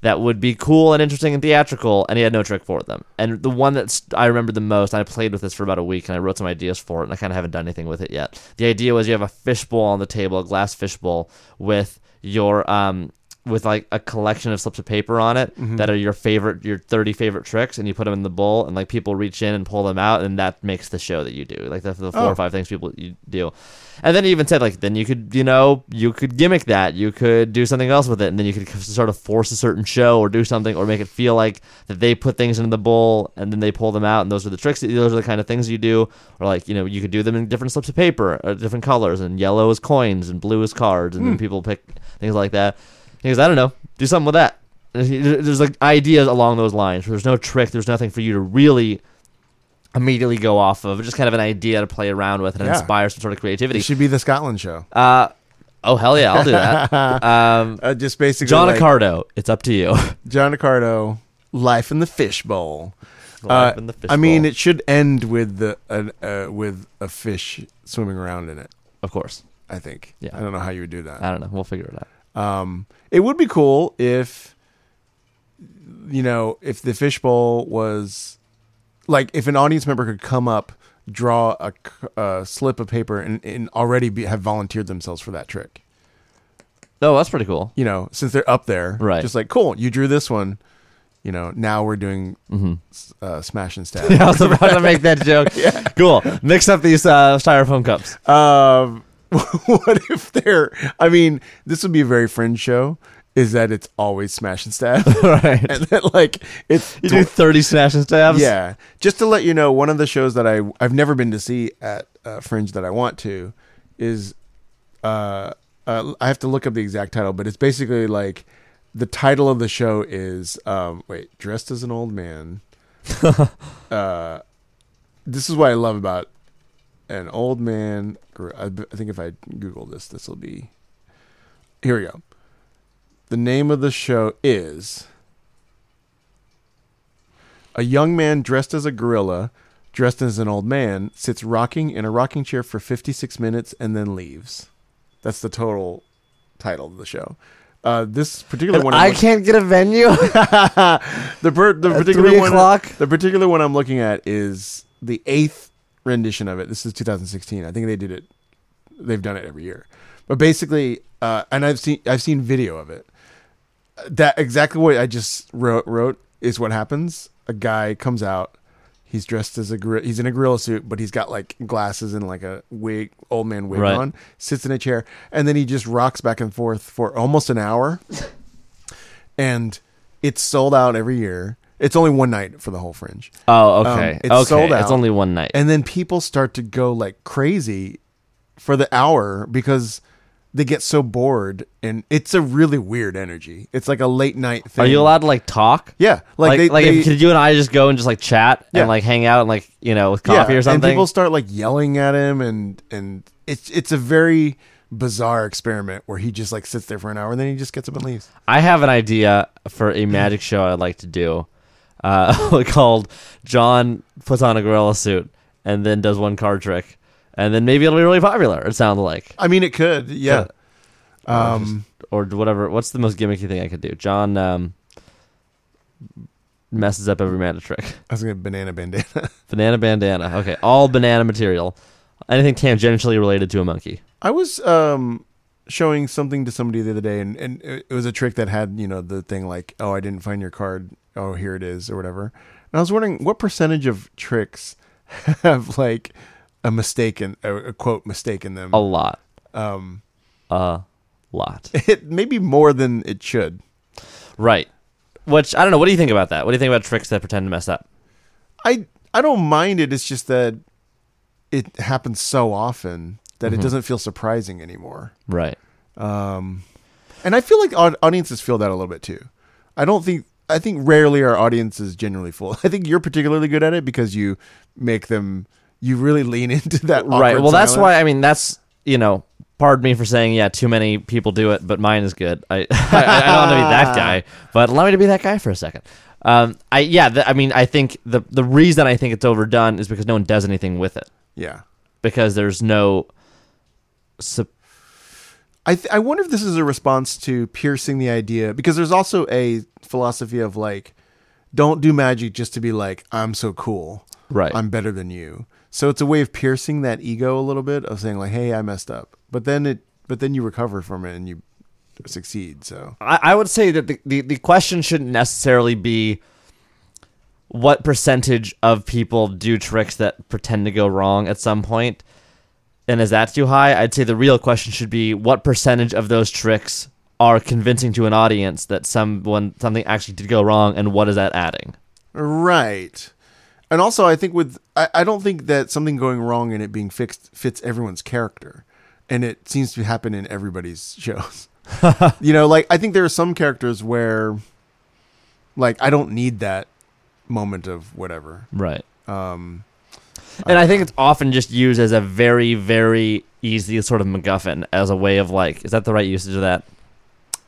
Speaker 2: that would be cool and interesting and theatrical, and he had no trick for them. And the one that st- I remember the most, I played with this for about a week, and I wrote some ideas for it, and I kind of haven't done anything with it yet. The idea was you have a fishbowl on the table, a glass fishbowl, with your um, with like a collection of slips of paper on it that are your favorite, your thirty favorite tricks, and you put them in the bowl, and like people reach in and pull them out, and that makes the show that you do, like the, the four
Speaker 1: Oh.
Speaker 2: or five things people you do. And then he even said like, then you could, you know, you could gimmick that, you could do something else with it, and then you could sort of force a certain show or do something or make it feel like that they put things into the bowl and then they pull them out, and those are the tricks. that- Those are the kind of things you do, or like you know, you could do them in different slips of paper, uh, different colors, and yellow is coins and blue is cards, and then people pick things like that. He goes, I don't know, do something with that. And he- There's like ideas along those lines. There's no trick. There's nothing for you to really immediately go off of. Just kind of an idea to play around with and
Speaker 1: Yeah.
Speaker 2: inspire some sort of creativity.
Speaker 1: It should be the Scotland show.
Speaker 2: Uh, oh hell yeah, I'll do that. um,
Speaker 1: Uh, just basically
Speaker 2: John
Speaker 1: like, Uh,
Speaker 2: Accardo, it's up to you.
Speaker 1: John Accardo, Life in the Fishbowl. Uh,
Speaker 2: Life in the
Speaker 1: I mean,
Speaker 2: fishbowl.
Speaker 1: it should end with the an uh, with a fish swimming around in it.
Speaker 2: of course.
Speaker 1: I think.
Speaker 2: Yeah. Uh,
Speaker 1: I don't know how you would do that.
Speaker 2: I don't know. We'll figure it out.
Speaker 1: Um, it would be cool if, you know, if the fishbowl was, like, if an audience member could come up, draw a, c- a slip of paper, and, and already be, have volunteered themselves for that trick.
Speaker 2: Oh, that's pretty cool.
Speaker 1: You know, since they're up there,
Speaker 2: Right.
Speaker 1: Just like, cool, you drew this one. You know, now we're doing
Speaker 2: Mm-hmm.
Speaker 1: s- uh, smash and stab.
Speaker 2: I was about to make that joke. Cool. Mix up these uh, styrofoam cups.
Speaker 1: Um, what if they're? I mean, this would be a very fringe show. Is that it's always smash and stab,
Speaker 2: right.
Speaker 1: and then like it's
Speaker 2: You do thirty smash and stabs.
Speaker 1: yeah. Just to let you know, one of the shows that I I've never been to see at uh, Fringe that I want to is uh, uh I have to look up the exact title, but it's basically like the title of the show is um wait dressed as an old man. uh, this is what I love about an old man grew. I b- I think if I Google this, this will be. Here we go. The name of the show is A Young Man Dressed as a Gorilla, Dressed as an Old Man, Sits Rocking in a Rocking Chair for 56 Minutes and Then Leaves. That's the total title of the show. Uh, this particular one. I'm
Speaker 2: I
Speaker 1: looking-
Speaker 2: can't get a venue.
Speaker 1: the per- the
Speaker 2: At
Speaker 1: particular
Speaker 2: three
Speaker 1: one
Speaker 2: o'clock?
Speaker 1: the particular one I'm looking at is the eighth rendition of it. This is 2016. I think they did it. They've done it every year, but basically, uh, and I've seen I've seen video of it. That exactly what I just wrote wrote is what happens. A guy comes out. He's dressed as a gor- he's in a gorilla suit, but he's got like glasses and like a wig, old man wig
Speaker 2: Right.
Speaker 1: on. Sits in a chair, and then he just rocks back and forth for almost an hour and it's sold out every year. It's only one night for the whole Fringe,
Speaker 2: oh, okay.
Speaker 1: Um, it's
Speaker 2: okay.
Speaker 1: sold out.
Speaker 2: It's only one night.
Speaker 1: and then people start to go like crazy for the hour because they get so bored, and it's a really weird energy. It's like a late night thing.
Speaker 2: Are you allowed to like talk?
Speaker 1: Yeah, like,
Speaker 2: Like,
Speaker 1: they,
Speaker 2: like, if,
Speaker 1: they-
Speaker 2: could you and I just go and just like chat
Speaker 1: Yeah.
Speaker 2: and like hang out and like you know with coffee
Speaker 1: yeah,
Speaker 2: or something?
Speaker 1: and people start like yelling at him, and and it's it's a very bizarre experiment where he just like sits there for an hour, and then he just gets up and leaves.
Speaker 2: I have an idea for a magic show I'd like to do uh, called John puts on a gorilla suit and then does one card trick. And then maybe it'll be really popular, it sounds like.
Speaker 1: I mean, it could, yeah. Um,
Speaker 2: Or whatever. What's the most gimmicky thing I could do? John um, messes up every magic trick.
Speaker 1: I was gonna banana bandana.
Speaker 2: Banana bandana. Okay, all banana material. Anything tangentially related to a monkey.
Speaker 1: I was um showing something to somebody the other day and, and it it was a trick that had, you know, the thing like, oh, I didn't find your card. Oh, here it is or whatever. And I was wondering what percentage of tricks have like a mistake in a, a quote mistake in them.
Speaker 2: A lot.
Speaker 1: Um
Speaker 2: A lot.
Speaker 1: it maybe more than it should.
Speaker 2: right. Which, I don't know. What do you think about that? What do you think about tricks that pretend to mess up?
Speaker 1: I I don't mind it. It's just that it happens so often that
Speaker 2: Mm-hmm.
Speaker 1: it doesn't feel surprising anymore.
Speaker 2: Right.
Speaker 1: Um, and I feel like aud- audiences feel that a little bit too. I don't think I think rarely are audiences generally full. I think you're particularly good at it because you make them you really lean into that.
Speaker 2: right
Speaker 1: awkward
Speaker 2: well that's
Speaker 1: silence.
Speaker 2: why i mean that's you know pardon me for saying yeah too many people do it but mine is good i i, I don't want to be that guy but allow me to be that guy for a second um i yeah th- i mean i think the the reason i think it's overdone is because no one does anything with it
Speaker 1: Yeah,
Speaker 2: because there's no sup-
Speaker 1: I th- I wonder if this is a response to piercing the idea because there's also a philosophy of like, don't do magic just to be like I'm so cool,
Speaker 2: right
Speaker 1: I'm better than you. So it's a way of piercing that ego a little bit of saying like, hey, I messed up, but then it but then you recover from it and you succeed. So
Speaker 2: I, I would say that the, the, the question shouldn't necessarily be what percentage of people do tricks that pretend to go wrong at some point, and is that too high? I'd say the real question should be what percentage of those tricks are convincing to an audience that someone something actually did go wrong, and what is that adding?
Speaker 1: Right. And also, I think with I, I don't think that something going wrong and it being fixed fits everyone's character, and it seems to happen in everybody's shows. you know, like I think there are some characters where, like, I don't need that moment of whatever.
Speaker 2: Right.
Speaker 1: Um,
Speaker 2: and I think it's often just used as a very, very easy sort of MacGuffin as a way of like, is that the right usage of that?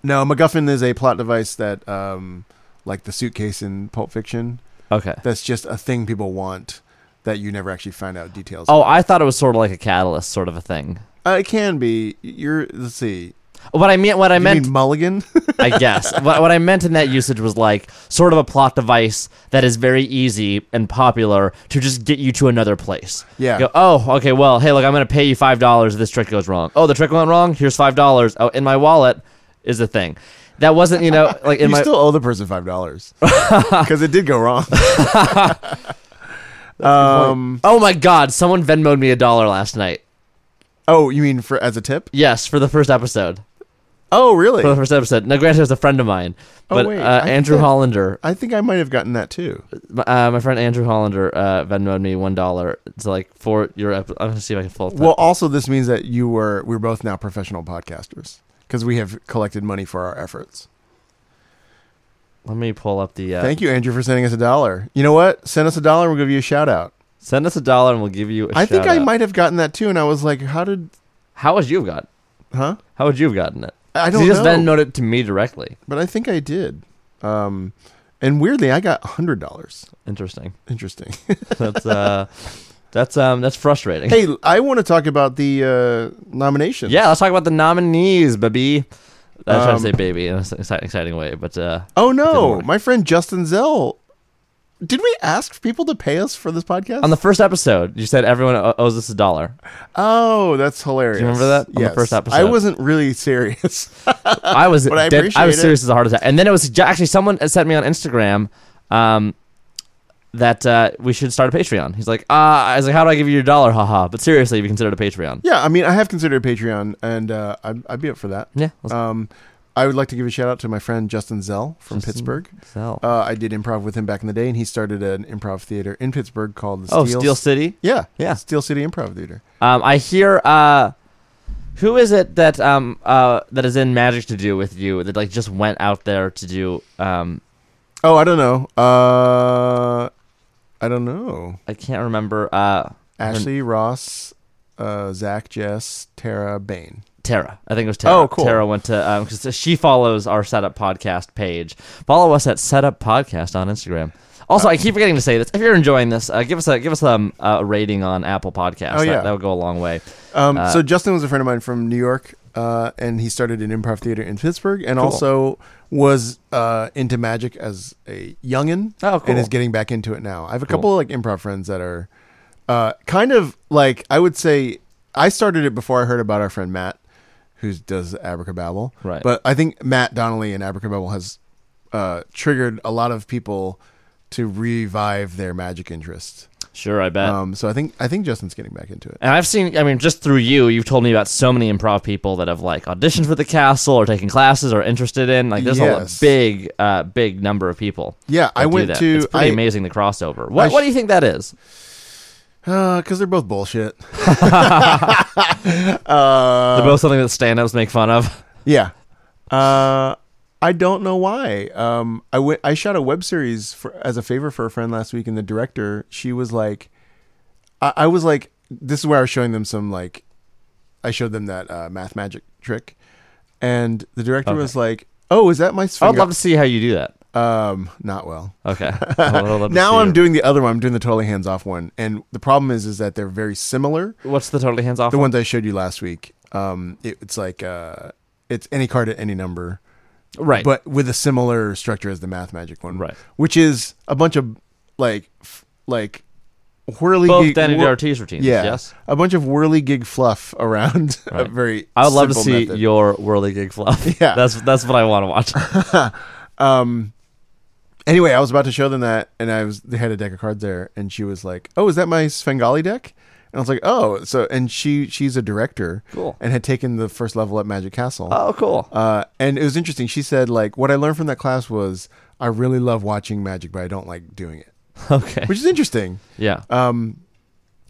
Speaker 1: no, MacGuffin is a plot device that, um, like the suitcase in Pulp Fiction,
Speaker 2: Okay.
Speaker 1: that's just a thing people want that you never actually find out details.
Speaker 2: Oh, I thought it was sort of like a catalyst sort of a thing.
Speaker 1: uh, it can be. You're let's see.
Speaker 2: What I mean, what I
Speaker 1: You
Speaker 2: meant,
Speaker 1: mean Mulligan.
Speaker 2: I guess, what, what I meant in that usage was like sort of a plot device that is very easy and popular to just get you to another place.
Speaker 1: Yeah.
Speaker 2: You go, oh, okay. Well, hey, look, I'm gonna pay you five dollars if this trick goes wrong. Oh, the trick went wrong. Here's five dollars. Oh, in my wallet is the thing. That wasn't, you know, like in
Speaker 1: you
Speaker 2: my.
Speaker 1: still owe the person five dollars because it did go wrong. um.
Speaker 2: oh my God! Someone Venmoed me a dollar last night.
Speaker 1: Oh, you mean for as a tip?
Speaker 2: Yes, for the first episode.
Speaker 1: Oh, really?
Speaker 2: For the first episode. Now, granted, it was a friend of mine,
Speaker 1: Oh,
Speaker 2: but
Speaker 1: wait, I
Speaker 2: uh,
Speaker 1: think
Speaker 2: Andrew
Speaker 1: that-
Speaker 2: Hollander,
Speaker 1: I think I might have gotten that too.
Speaker 2: my- uh, my friend Andrew Hollander uh, Venmoed me one dollar. It's like for your. Ep- I'm gonna see if I can pull. it up.
Speaker 1: Well, also this means that you were we're both now professional podcasters because we have collected money for our efforts.
Speaker 2: let me pull up the. Uh,
Speaker 1: Thank you, Andrew, for sending us a dollar. You know what? Send us a dollar. We'll give you a shout out.
Speaker 2: Send us a dollar and we'll give you. I
Speaker 1: I think I might have gotten that too, and I was like, "How did?
Speaker 2: How would you have got?
Speaker 1: Huh?
Speaker 2: How would you have gotten it?
Speaker 1: I
Speaker 2: 'Cause
Speaker 1: don't
Speaker 2: you just
Speaker 1: know."
Speaker 2: then noted it to me directly.
Speaker 1: But I think I did. Um, and weirdly, I got hundred dollars.
Speaker 2: Interesting.
Speaker 1: Interesting.
Speaker 2: That's uh, that's um, that's frustrating.
Speaker 1: hey, I want to talk about the uh, nominations.
Speaker 2: Yeah, let's talk about the nominees, baby. I tried
Speaker 1: Um,
Speaker 2: to say baby in an exciting, exciting way, but uh,
Speaker 1: Oh
Speaker 2: Didn't
Speaker 1: no,
Speaker 2: work.
Speaker 1: my friend Justin Zell. Did we ask people to pay us for this podcast?
Speaker 2: on the first episode, you said everyone o- owes us a dollar.
Speaker 1: oh, that's hilarious.
Speaker 2: Do you remember that? On the
Speaker 1: Yes.
Speaker 2: first episode.
Speaker 1: I wasn't really serious.
Speaker 2: I was
Speaker 1: But I
Speaker 2: dead, I, was
Speaker 1: appreciate it.
Speaker 2: serious as a heart attack. And then it was ju- actually someone had sent me on Instagram um, that uh, we should start a Patreon. He's like, ah, I was like, how do I give you your dollar? Haha. But seriously, we considered a Patreon.
Speaker 1: yeah, I mean, I have considered Patreon, and uh, I'd, I'd be up for that.
Speaker 2: Yeah. Let's
Speaker 1: Um, I would like to give a shout out to my friend Justin Zell from
Speaker 2: Justin-
Speaker 1: Pittsburgh.
Speaker 2: sell.
Speaker 1: Uh, I did improv with him back in the day, and he started an improv theater in Pittsburgh called the
Speaker 2: oh,
Speaker 1: Steel.
Speaker 2: Steel City.
Speaker 1: yeah,
Speaker 2: Yeah.
Speaker 1: Steel City Improv Theater.
Speaker 2: Um, I hear. Uh, who is it that um uh that is in Magic to do with you that like just went out there to do um
Speaker 1: Oh, I don't know. Uh, I don't know.
Speaker 2: I can't remember uh
Speaker 1: Ashley Ross, uh, Zach Jess, Tara Bain.
Speaker 2: Tara. I think it was Tara.
Speaker 1: Oh, cool.
Speaker 2: Tara went to um 'cause she follows our setup podcast page. Follow us at setup podcast on Instagram. Also, I keep forgetting to say this. If you're enjoying this, uh, give us a give us um, a rating on Apple Podcasts.
Speaker 1: Oh,
Speaker 2: That-
Speaker 1: yeah.
Speaker 2: that, would go a long way.
Speaker 1: Um,
Speaker 2: Uh,
Speaker 1: so Justin was a friend of mine from New York, uh, and he started an improv theater in Pittsburgh, and
Speaker 2: Cool.
Speaker 1: also was uh, into magic as a youngin,
Speaker 2: Oh, cool.
Speaker 1: and is getting back into it now. I have a
Speaker 2: Cool.
Speaker 1: couple like improv friends that are uh, kind of like I would say I started it before I heard about our friend Matt, who does Abracababble.
Speaker 2: Right.
Speaker 1: But I think Matt Donnelly and Abracababble has uh, triggered a lot of people to revive their magic interest.
Speaker 2: Sure, I bet.
Speaker 1: Um, so I think I think Justin's getting back into it.
Speaker 2: And I've seen, I mean, just through you, you've told me about so many improv people that have like auditioned for the castle or taken classes or interested in. Like, there's a
Speaker 1: Yes.
Speaker 2: lo- big, uh, big number of people.
Speaker 1: Yeah,
Speaker 2: that
Speaker 1: I
Speaker 2: do
Speaker 1: went
Speaker 2: that.
Speaker 1: to
Speaker 2: It's pretty
Speaker 1: I-
Speaker 2: amazing the crossover.
Speaker 1: I
Speaker 2: What,
Speaker 1: sh-
Speaker 2: what do you think that is?
Speaker 1: Because they're both bullshit. uh,
Speaker 2: They're both something that stand-ups make fun of.
Speaker 1: yeah. Uh, I don't know why. Um, I went. I shot a web series for, as a favor for a friend last week, and the director, she was like, I, I was like, this is where I was showing them some like, I showed them that uh, math magic trick, and the director was like, "Oh, is that my
Speaker 2: I'd
Speaker 1: finger?"
Speaker 2: love to see how you do that.
Speaker 1: um, not well.
Speaker 2: Okay. I would love to see
Speaker 1: Now I'm
Speaker 2: you.
Speaker 1: doing the other one. I'm doing the totally hands off one, and the problem is, is that they're very similar.
Speaker 2: What's the totally hands off?
Speaker 1: the
Speaker 2: one?
Speaker 1: ones I showed you last week. Um, it, it's like uh, it's any card at any number,
Speaker 2: Right.
Speaker 1: but with a similar structure as the math magic one,
Speaker 2: Right.
Speaker 1: Which is a bunch of like f- like whirly
Speaker 2: both
Speaker 1: gig,
Speaker 2: Dan and
Speaker 1: whir-
Speaker 2: DRT's routines.
Speaker 1: yeah,
Speaker 2: Yes.
Speaker 1: a bunch of whirly gig fluff around a
Speaker 2: Right.
Speaker 1: very.
Speaker 2: I would love to
Speaker 1: simple
Speaker 2: see
Speaker 1: method.
Speaker 2: your whirligig fluff.
Speaker 1: Yeah.
Speaker 2: That's that's what I want to watch.
Speaker 1: Um, anyway, I was about to show them that, and I was they had a deck of cards there, and she was like, "Oh, is that my Svengali deck?" And I was like, "Oh, so." And she she's a director,
Speaker 2: Cool.
Speaker 1: and had taken the first level at Magic Castle.
Speaker 2: Oh, cool.
Speaker 1: Uh, and it was interesting. She said, like, what I learned from that class was I really love watching magic, but I don't like doing it,
Speaker 2: Okay.
Speaker 1: which is interesting.
Speaker 2: Yeah.
Speaker 1: Um,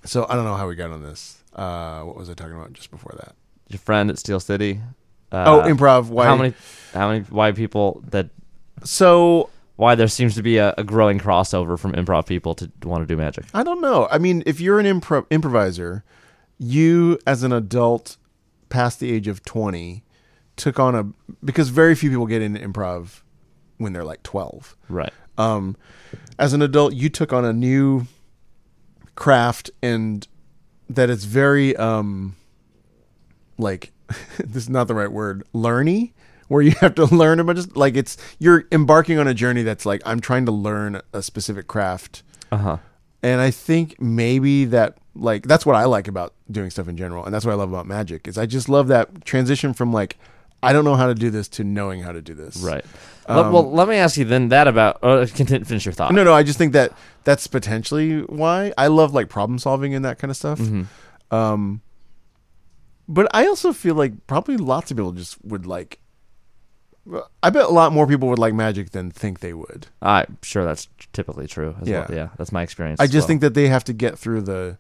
Speaker 1: so I don't know how we got on this. Uh, what was I talking about just before that?
Speaker 2: Your friend at Steel City. Uh,
Speaker 1: oh, improv. Why?
Speaker 2: How many? How many? Why people that?
Speaker 1: So
Speaker 2: Why there seems to be a, a growing crossover from improv people to want to do magic.
Speaker 1: I don't know. I mean, if you're an impro- improviser, you as an adult past the age of 20 took on a because very few people get into improv when they're like 12.
Speaker 2: Right.
Speaker 1: um, as an adult, you took on a new craft, and that it's very um, like this is not the right word, learny, where you have to learn about just like it's you're embarking on a journey that's like I'm trying to learn a specific craft,
Speaker 2: Uh huh.
Speaker 1: and I think maybe that like that's what I like about doing stuff in general, and that's what I love about magic is I just love that transition from like I don't know how to do this to knowing how to do this,
Speaker 2: Right. Le- well, let me ask you then that about. Uh, continue, finish your thought.
Speaker 1: Um, No, no, I just think that that's potentially why I love like problem solving and that kind of stuff.
Speaker 2: Mm-hmm.
Speaker 1: Um, but I also feel like probably lots of people just would like. I bet a lot more people would like magic than think they would.
Speaker 2: I'm sure that's typically true. As
Speaker 1: Yeah.
Speaker 2: Well. Yeah. That's my experience.
Speaker 1: I
Speaker 2: as
Speaker 1: just
Speaker 2: well.
Speaker 1: think that they have to get through the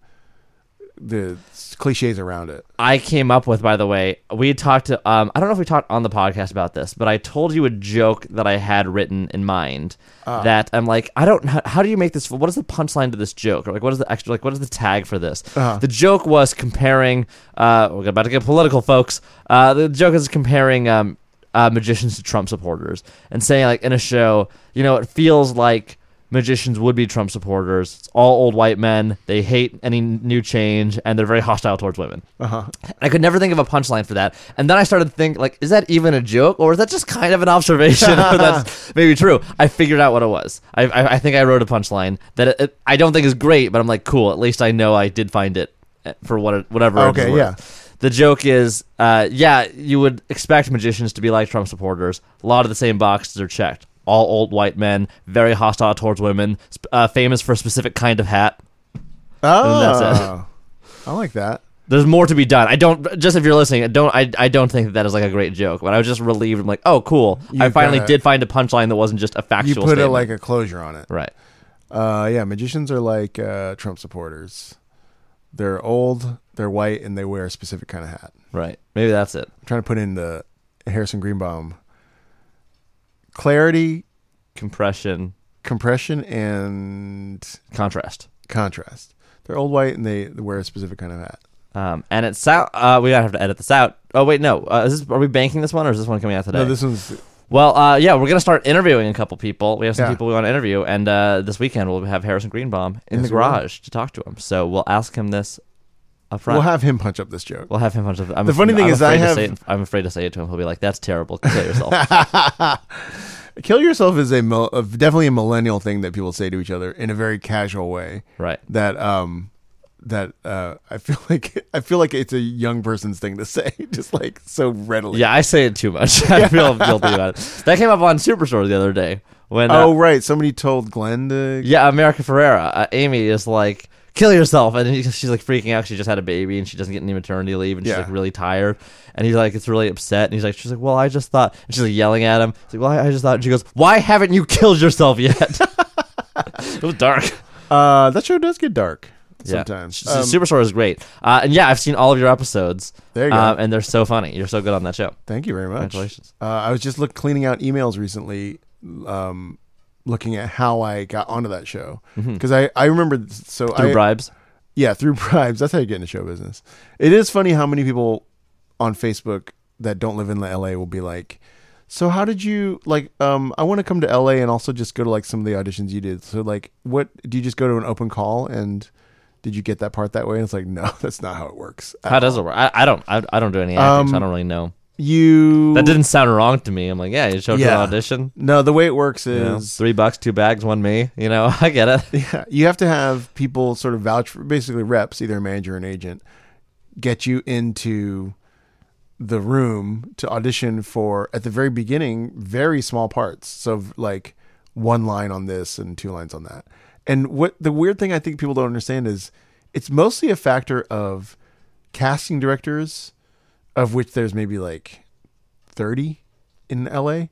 Speaker 1: the cliches around it.
Speaker 2: I came up with, by the way, we had talked to, um, I don't know if we talked on the podcast about this, but I told you a joke that I had written in mind that I'm like, I don't know, how do you make this, what is the punchline to this joke? Or like, what is the extra, like, what is the tag for this? The joke was comparing, uh, we're about to get political, folks. Uh, the joke is comparing, um, uh, magicians to Trump supporters and saying like in a show, you know, it feels like magicians would be Trump supporters. It's all old white men. They hate any new change and they're very hostile towards women. I could never think of a punchline for that. And then I started to think like, is that even a joke or is that just kind of an observation that's maybe true? I figured out what it was. I, I, I think I wrote a punchline that it, it- I don't think is great, but I'm like, cool. At least I know I did find it eh, for what it, whatever. it is
Speaker 1: Okay,
Speaker 2: worth.
Speaker 1: yeah.
Speaker 2: The joke is, uh, yeah, you would expect magicians to be like Trump supporters. A lot of the same boxes are checked. All old white men, very hostile towards women, sp- uh, famous for a specific kind of hat. that's it.
Speaker 1: Oh, I like that.
Speaker 2: There's more to be done. I don't. Just if you're listening, I don't. I, I don't think that that is like a great joke. But I was just relieved. I'm like, oh, cool. I
Speaker 1: You
Speaker 2: finally
Speaker 1: kinda-
Speaker 2: did find a punchline that wasn't just a
Speaker 1: You
Speaker 2: factual.
Speaker 1: put
Speaker 2: statement.
Speaker 1: it like a closure on it.
Speaker 2: right.
Speaker 1: Uh, yeah, magicians are like uh, Trump supporters. They're old, they're white, and they wear a specific kind of hat.
Speaker 2: Right. Maybe that's it.
Speaker 1: I'm trying to put in the Harrison Greenbaum clarity,
Speaker 2: Compression,
Speaker 1: compression, and
Speaker 2: contrast.
Speaker 1: contrast. They're old, white, and they wear a specific kind of hat.
Speaker 2: Um, and it's out. Uh, we gotta have to edit this out. Oh wait, no. Uh, is this? Are we banking this one, or is this one coming out today?
Speaker 1: No, this one's
Speaker 2: Well, uh, yeah, we're gonna start interviewing a couple people. We have some
Speaker 1: Yeah.
Speaker 2: people we want to interview, and uh, this weekend we'll have Harrison Greenbaum in the
Speaker 1: Yes, we will.
Speaker 2: garage to talk to him. So we'll ask him this up front.
Speaker 1: We'll have him punch up this joke.
Speaker 2: We'll have him on. I'm
Speaker 1: The funny
Speaker 2: I'm
Speaker 1: thing is I
Speaker 2: afraid to
Speaker 1: have-
Speaker 2: say it- I'm afraid to say it to him. He'll be like, "That's terrible. Kill yourself."
Speaker 1: Kill yourself is a mil- uh, definitely a millennial thing that people say to each other in a very casual way.
Speaker 2: right.
Speaker 1: That um that uh I feel like I feel like it's a young person's thing to say, just like so readily.
Speaker 2: Yeah, I say it too much. I feel guilty about it. That came up on Superstore the other day when. uh,
Speaker 1: Oh right, somebody told Glenn to.
Speaker 2: Yeah, America Ferrera. Uh, Amy is like, kill yourself. And he, she's like freaking out. She just had a baby and she doesn't get any maternity leave and she's
Speaker 1: Yeah.
Speaker 2: like really tired. And he's like, it's really upset. And he's like, she's like, well, I just thought. And she's like yelling at him. She's like, well, I, I just thought. And she goes, why haven't you killed yourself yet? it was dark.
Speaker 1: Uh, that show does get dark sometimes.
Speaker 2: Yeah. S-
Speaker 1: Um,
Speaker 2: Superstore is great. Uh, and yeah, I've seen all of your episodes.
Speaker 1: There you go.
Speaker 2: Um, and they're so funny. You're so good on that show.
Speaker 1: thank you very much.
Speaker 2: Congratulations.
Speaker 1: Uh, I was just look cleaning out emails recently, um, looking at how I got onto that show because I I remember so
Speaker 2: Mm-hmm. Through
Speaker 1: I
Speaker 2: bribes.
Speaker 1: Yeah, through bribes. That's how you get into show business. It is funny how many people on Facebook that don't live in LA will be like, "So how did you like? Um, I want to come to LA and also just go to like some of the auditions you did. So like, what do you just go to an open call and did you get that part that way?" And it's like, no, that's not how it works. Uh,
Speaker 2: How does it work? I, I don't. I, I don't do any acting,
Speaker 1: Um,
Speaker 2: so I don't really know.
Speaker 1: You
Speaker 2: That didn't sound wrong to me. I'm like, yeah, you showed up to an
Speaker 1: Yeah.
Speaker 2: audition.
Speaker 1: no. The way it works
Speaker 2: You know,
Speaker 1: is
Speaker 2: three bucks, two bags, one me. You know, I get it.
Speaker 1: Yeah, you have to have people sort of vouch for basically reps, either a manager or an agent, get you into the room to audition for at the very beginning very small parts. So like one line on this and two lines on that. And what the weird thing I think people don't understand is it's mostly a factor of casting directors of which there's maybe like 30 in LA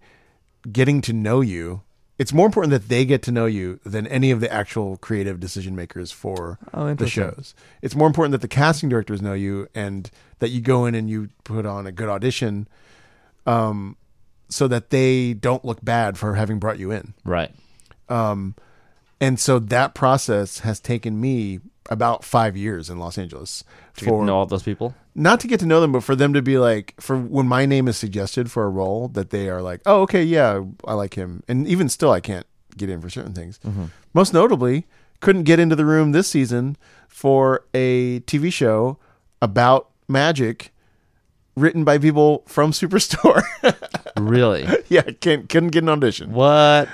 Speaker 1: getting to know you. It's more important that they get to know you than any of the actual creative decision makers for
Speaker 2: Oh,
Speaker 1: the
Speaker 2: interesting.
Speaker 1: shows. It's more important that the casting directors know you and that you go in and you put on a good audition um, so that they don't look bad for having brought you in.
Speaker 2: Right.
Speaker 1: And so that process has taken me about five years in Los Angeles
Speaker 2: To get to know all those people.
Speaker 1: not to get to know them, but for them to be like, for when my name is suggested for a role, that they are like, oh, okay, yeah, I like him. And even still, I can't get in for certain things.
Speaker 2: Mm-hmm.
Speaker 1: Most notably, couldn't get into the room this season for a TV show about magic written by people from Superstore.
Speaker 2: Really?
Speaker 1: yeah, can't, couldn't get an audition.
Speaker 2: What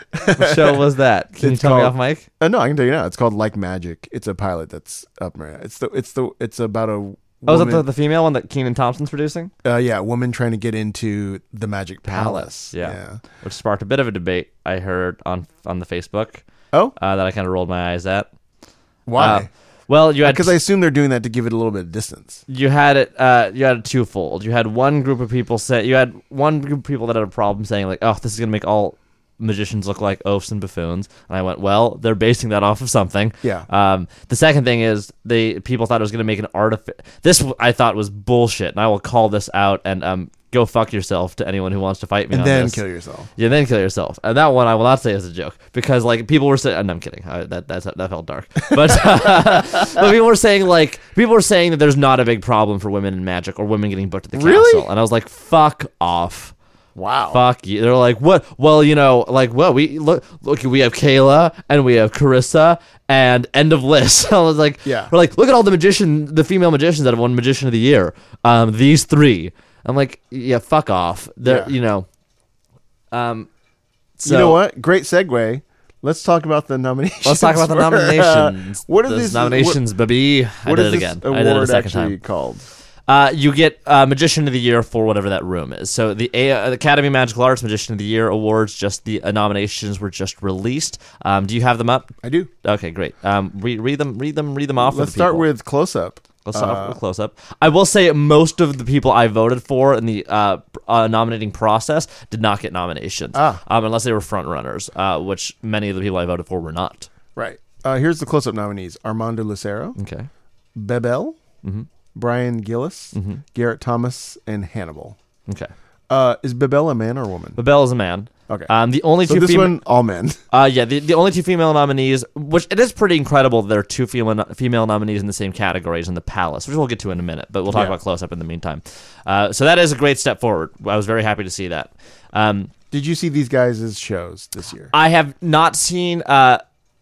Speaker 2: show was that? Can you
Speaker 1: It's
Speaker 2: tell me
Speaker 1: called-
Speaker 2: off mic?
Speaker 1: Uh, no, I can tell you now. It's called Like Magic. It's a pilot that's up right now. It's the, it's the, it's about a,
Speaker 2: Oh, was it
Speaker 1: woman-
Speaker 2: the, the female one that Keenan Thompson's producing?
Speaker 1: uh, yeah, a woman trying to get into the magic palace.
Speaker 2: Yeah. Which sparked a bit of a debate I heard on on the Facebook
Speaker 1: Oh,
Speaker 2: uh, that I kind of rolled my eyes at. Uh,
Speaker 1: why? Uh,
Speaker 2: well, you had
Speaker 1: Because I assume they're doing that to give it a little bit of distance.
Speaker 2: you had it uh, you had it twofold. You had one group of people say you had one group of people that had a problem saying like, oh, this is gonna make all magicians look like oafs and buffoons. And I went, well, they're basing that off of something.
Speaker 1: Yeah.
Speaker 2: Um, the second thing is they people thought it was going to make an artifact. This w- I thought was bullshit, and I will call this out and um, go fuck yourself to anyone who wants to fight me.
Speaker 1: and
Speaker 2: on
Speaker 1: then
Speaker 2: this.
Speaker 1: kill yourself.
Speaker 2: Yeah, then kill yourself. And that one I will not say is a joke because like people were saying, and I'm kidding. I, that that's, that felt dark. But but people were saying like people were saying that there's not a big problem for women in magic or women getting booked at the
Speaker 1: Really?
Speaker 2: castle, and I was like, fuck off.
Speaker 1: Wow.
Speaker 2: Fuck you. They're like, what? Well, you know, like, well, we look, look, we have Kayla and we have Carissa and end of list. I was like,
Speaker 1: Yeah.
Speaker 2: we're like, look at all the magician, the female magicians that have won Magician of the Year. Um, these three. I'm like, yeah, fuck off. They're,
Speaker 1: Yeah.
Speaker 2: you know, um, so
Speaker 1: you know what? Great segue. Let's talk about the nominations.
Speaker 2: Let's talk about the
Speaker 1: for, uh,
Speaker 2: nominations.
Speaker 1: what are
Speaker 2: Those
Speaker 1: these
Speaker 2: nominations, baby?
Speaker 1: What, what
Speaker 2: I
Speaker 1: is
Speaker 2: did it
Speaker 1: this
Speaker 2: again.
Speaker 1: award
Speaker 2: I did it a second
Speaker 1: actually
Speaker 2: time.
Speaker 1: called?
Speaker 2: Uh, you get uh, Magician of the Year for whatever that room is. So the A- uh, Academy of Magical Arts Magician of the Year awards, just the uh, nominations were just released. Um, do you have them up?
Speaker 1: I do.
Speaker 2: Okay, great. Um, re- read them, read them, read them off. for
Speaker 1: Let's
Speaker 2: the
Speaker 1: start
Speaker 2: people.
Speaker 1: with uh, close up.
Speaker 2: Let's start off with close up. I will say most of the people I voted for in the uh, pr- uh, nominating process did not get nominations,
Speaker 1: Ah.
Speaker 2: um, unless they were front runners, uh, which many of the people I voted for were not.
Speaker 1: Right. Uh, here's the close up nominees Armando Lucero,
Speaker 2: Okay.
Speaker 1: Bebel,
Speaker 2: Mm-hmm.
Speaker 1: Brian Gillis, Garrett Thomas, and Hannibal.
Speaker 2: Okay.
Speaker 1: Uh, is Bebel a man or a woman?
Speaker 2: Babel is a man.
Speaker 1: Okay.
Speaker 2: Um, the only
Speaker 1: so
Speaker 2: two
Speaker 1: this
Speaker 2: fema-
Speaker 1: one, all men.
Speaker 2: Uh, yeah, the, the only two female nominees, which it is pretty incredible that there are two female female nominees in the same categories in the Palace, which we'll get to in a minute, but we'll talk
Speaker 1: Yeah.
Speaker 2: about close up in the meantime. Uh, so that is a great step forward. I was very happy to see that. Um,
Speaker 1: Did you see these guys' as shows this year?
Speaker 2: I have not seen uh,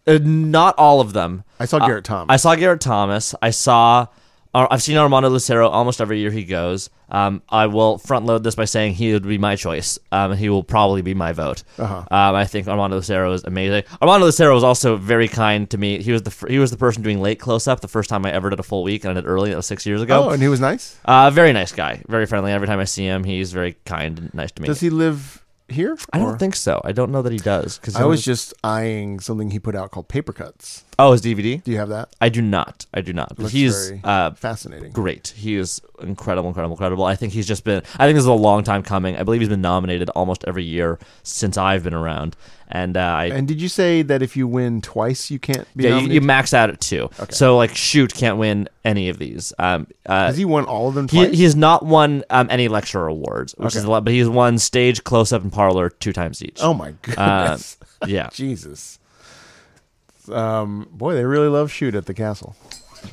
Speaker 2: uh, not all of them.
Speaker 1: I saw Garrett Thomas.
Speaker 2: I saw Garrett Thomas. I saw. Ar- I've seen Armando Lucero almost every year he goes. Um, I will front load this by saying he would be my choice. Um, he will probably be my vote.
Speaker 1: Uh-huh.
Speaker 2: Um, I think Armando Lucero is amazing. Armando Lucero was also very kind to me. He was the fir- he was the person doing late close up the first time I ever did a full week, and I did early. That was six years
Speaker 1: oh,
Speaker 2: ago.
Speaker 1: and he was nice.
Speaker 2: uh, very nice guy, very friendly. Every time I see him, he's very kind and nice to me.
Speaker 1: Does he live here?
Speaker 2: I
Speaker 1: or-
Speaker 2: don't think so. I don't know that he does because
Speaker 1: I was just eyeing something he put out called Paper Cuts.
Speaker 2: oh his DVD.
Speaker 1: Do you have that?
Speaker 2: I do not. I do not.
Speaker 1: Looks
Speaker 2: He's
Speaker 1: very-
Speaker 2: uh,
Speaker 1: Fascinating.
Speaker 2: great. He is incredible, incredible, incredible. I think he's just been. I think this is a long time coming. I believe he's been nominated almost every year since I've been around, and uh, I.
Speaker 1: And did you say that if you win twice, you can't be
Speaker 2: yeah, you, you
Speaker 1: nominated?
Speaker 2: max out at two. So like, shoot can't win any of these. Um, uh,
Speaker 1: Has he won all of them
Speaker 2: he
Speaker 1: twice?
Speaker 2: he has not won um, any lecture awards, which is a lot. But he's won stage, close up, and parlor two times each.
Speaker 1: oh my
Speaker 2: Uh,
Speaker 1: goodness.
Speaker 2: yeah,
Speaker 1: Jesus. Um, boy, they really love shoot at the castle.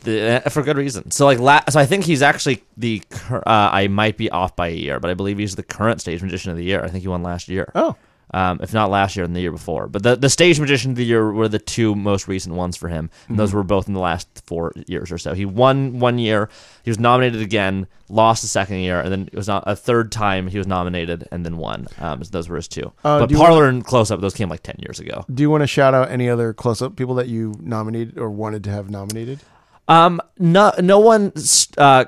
Speaker 2: The- uh, for good reason. So like, la- so I think he's actually the. Cur- uh, I might be off by a year, but I believe he's the current stage magician of the year. I think he won last year.
Speaker 1: Oh,
Speaker 2: um, if not last year and the year before. But the, the stage magician of the year were the two most recent ones for him, and those were both in the last four years or so. He won one year, he was nominated again, lost the second year, and then it was not a third time he was nominated and then won. Um, so those were his two.
Speaker 1: Uh,
Speaker 2: but
Speaker 1: do you
Speaker 2: parlor and close up, those came like ten years ago.
Speaker 1: do you want to shout out any other close-up people that you nominated or wanted to have nominated?
Speaker 2: Um, no, no one. s- Uh,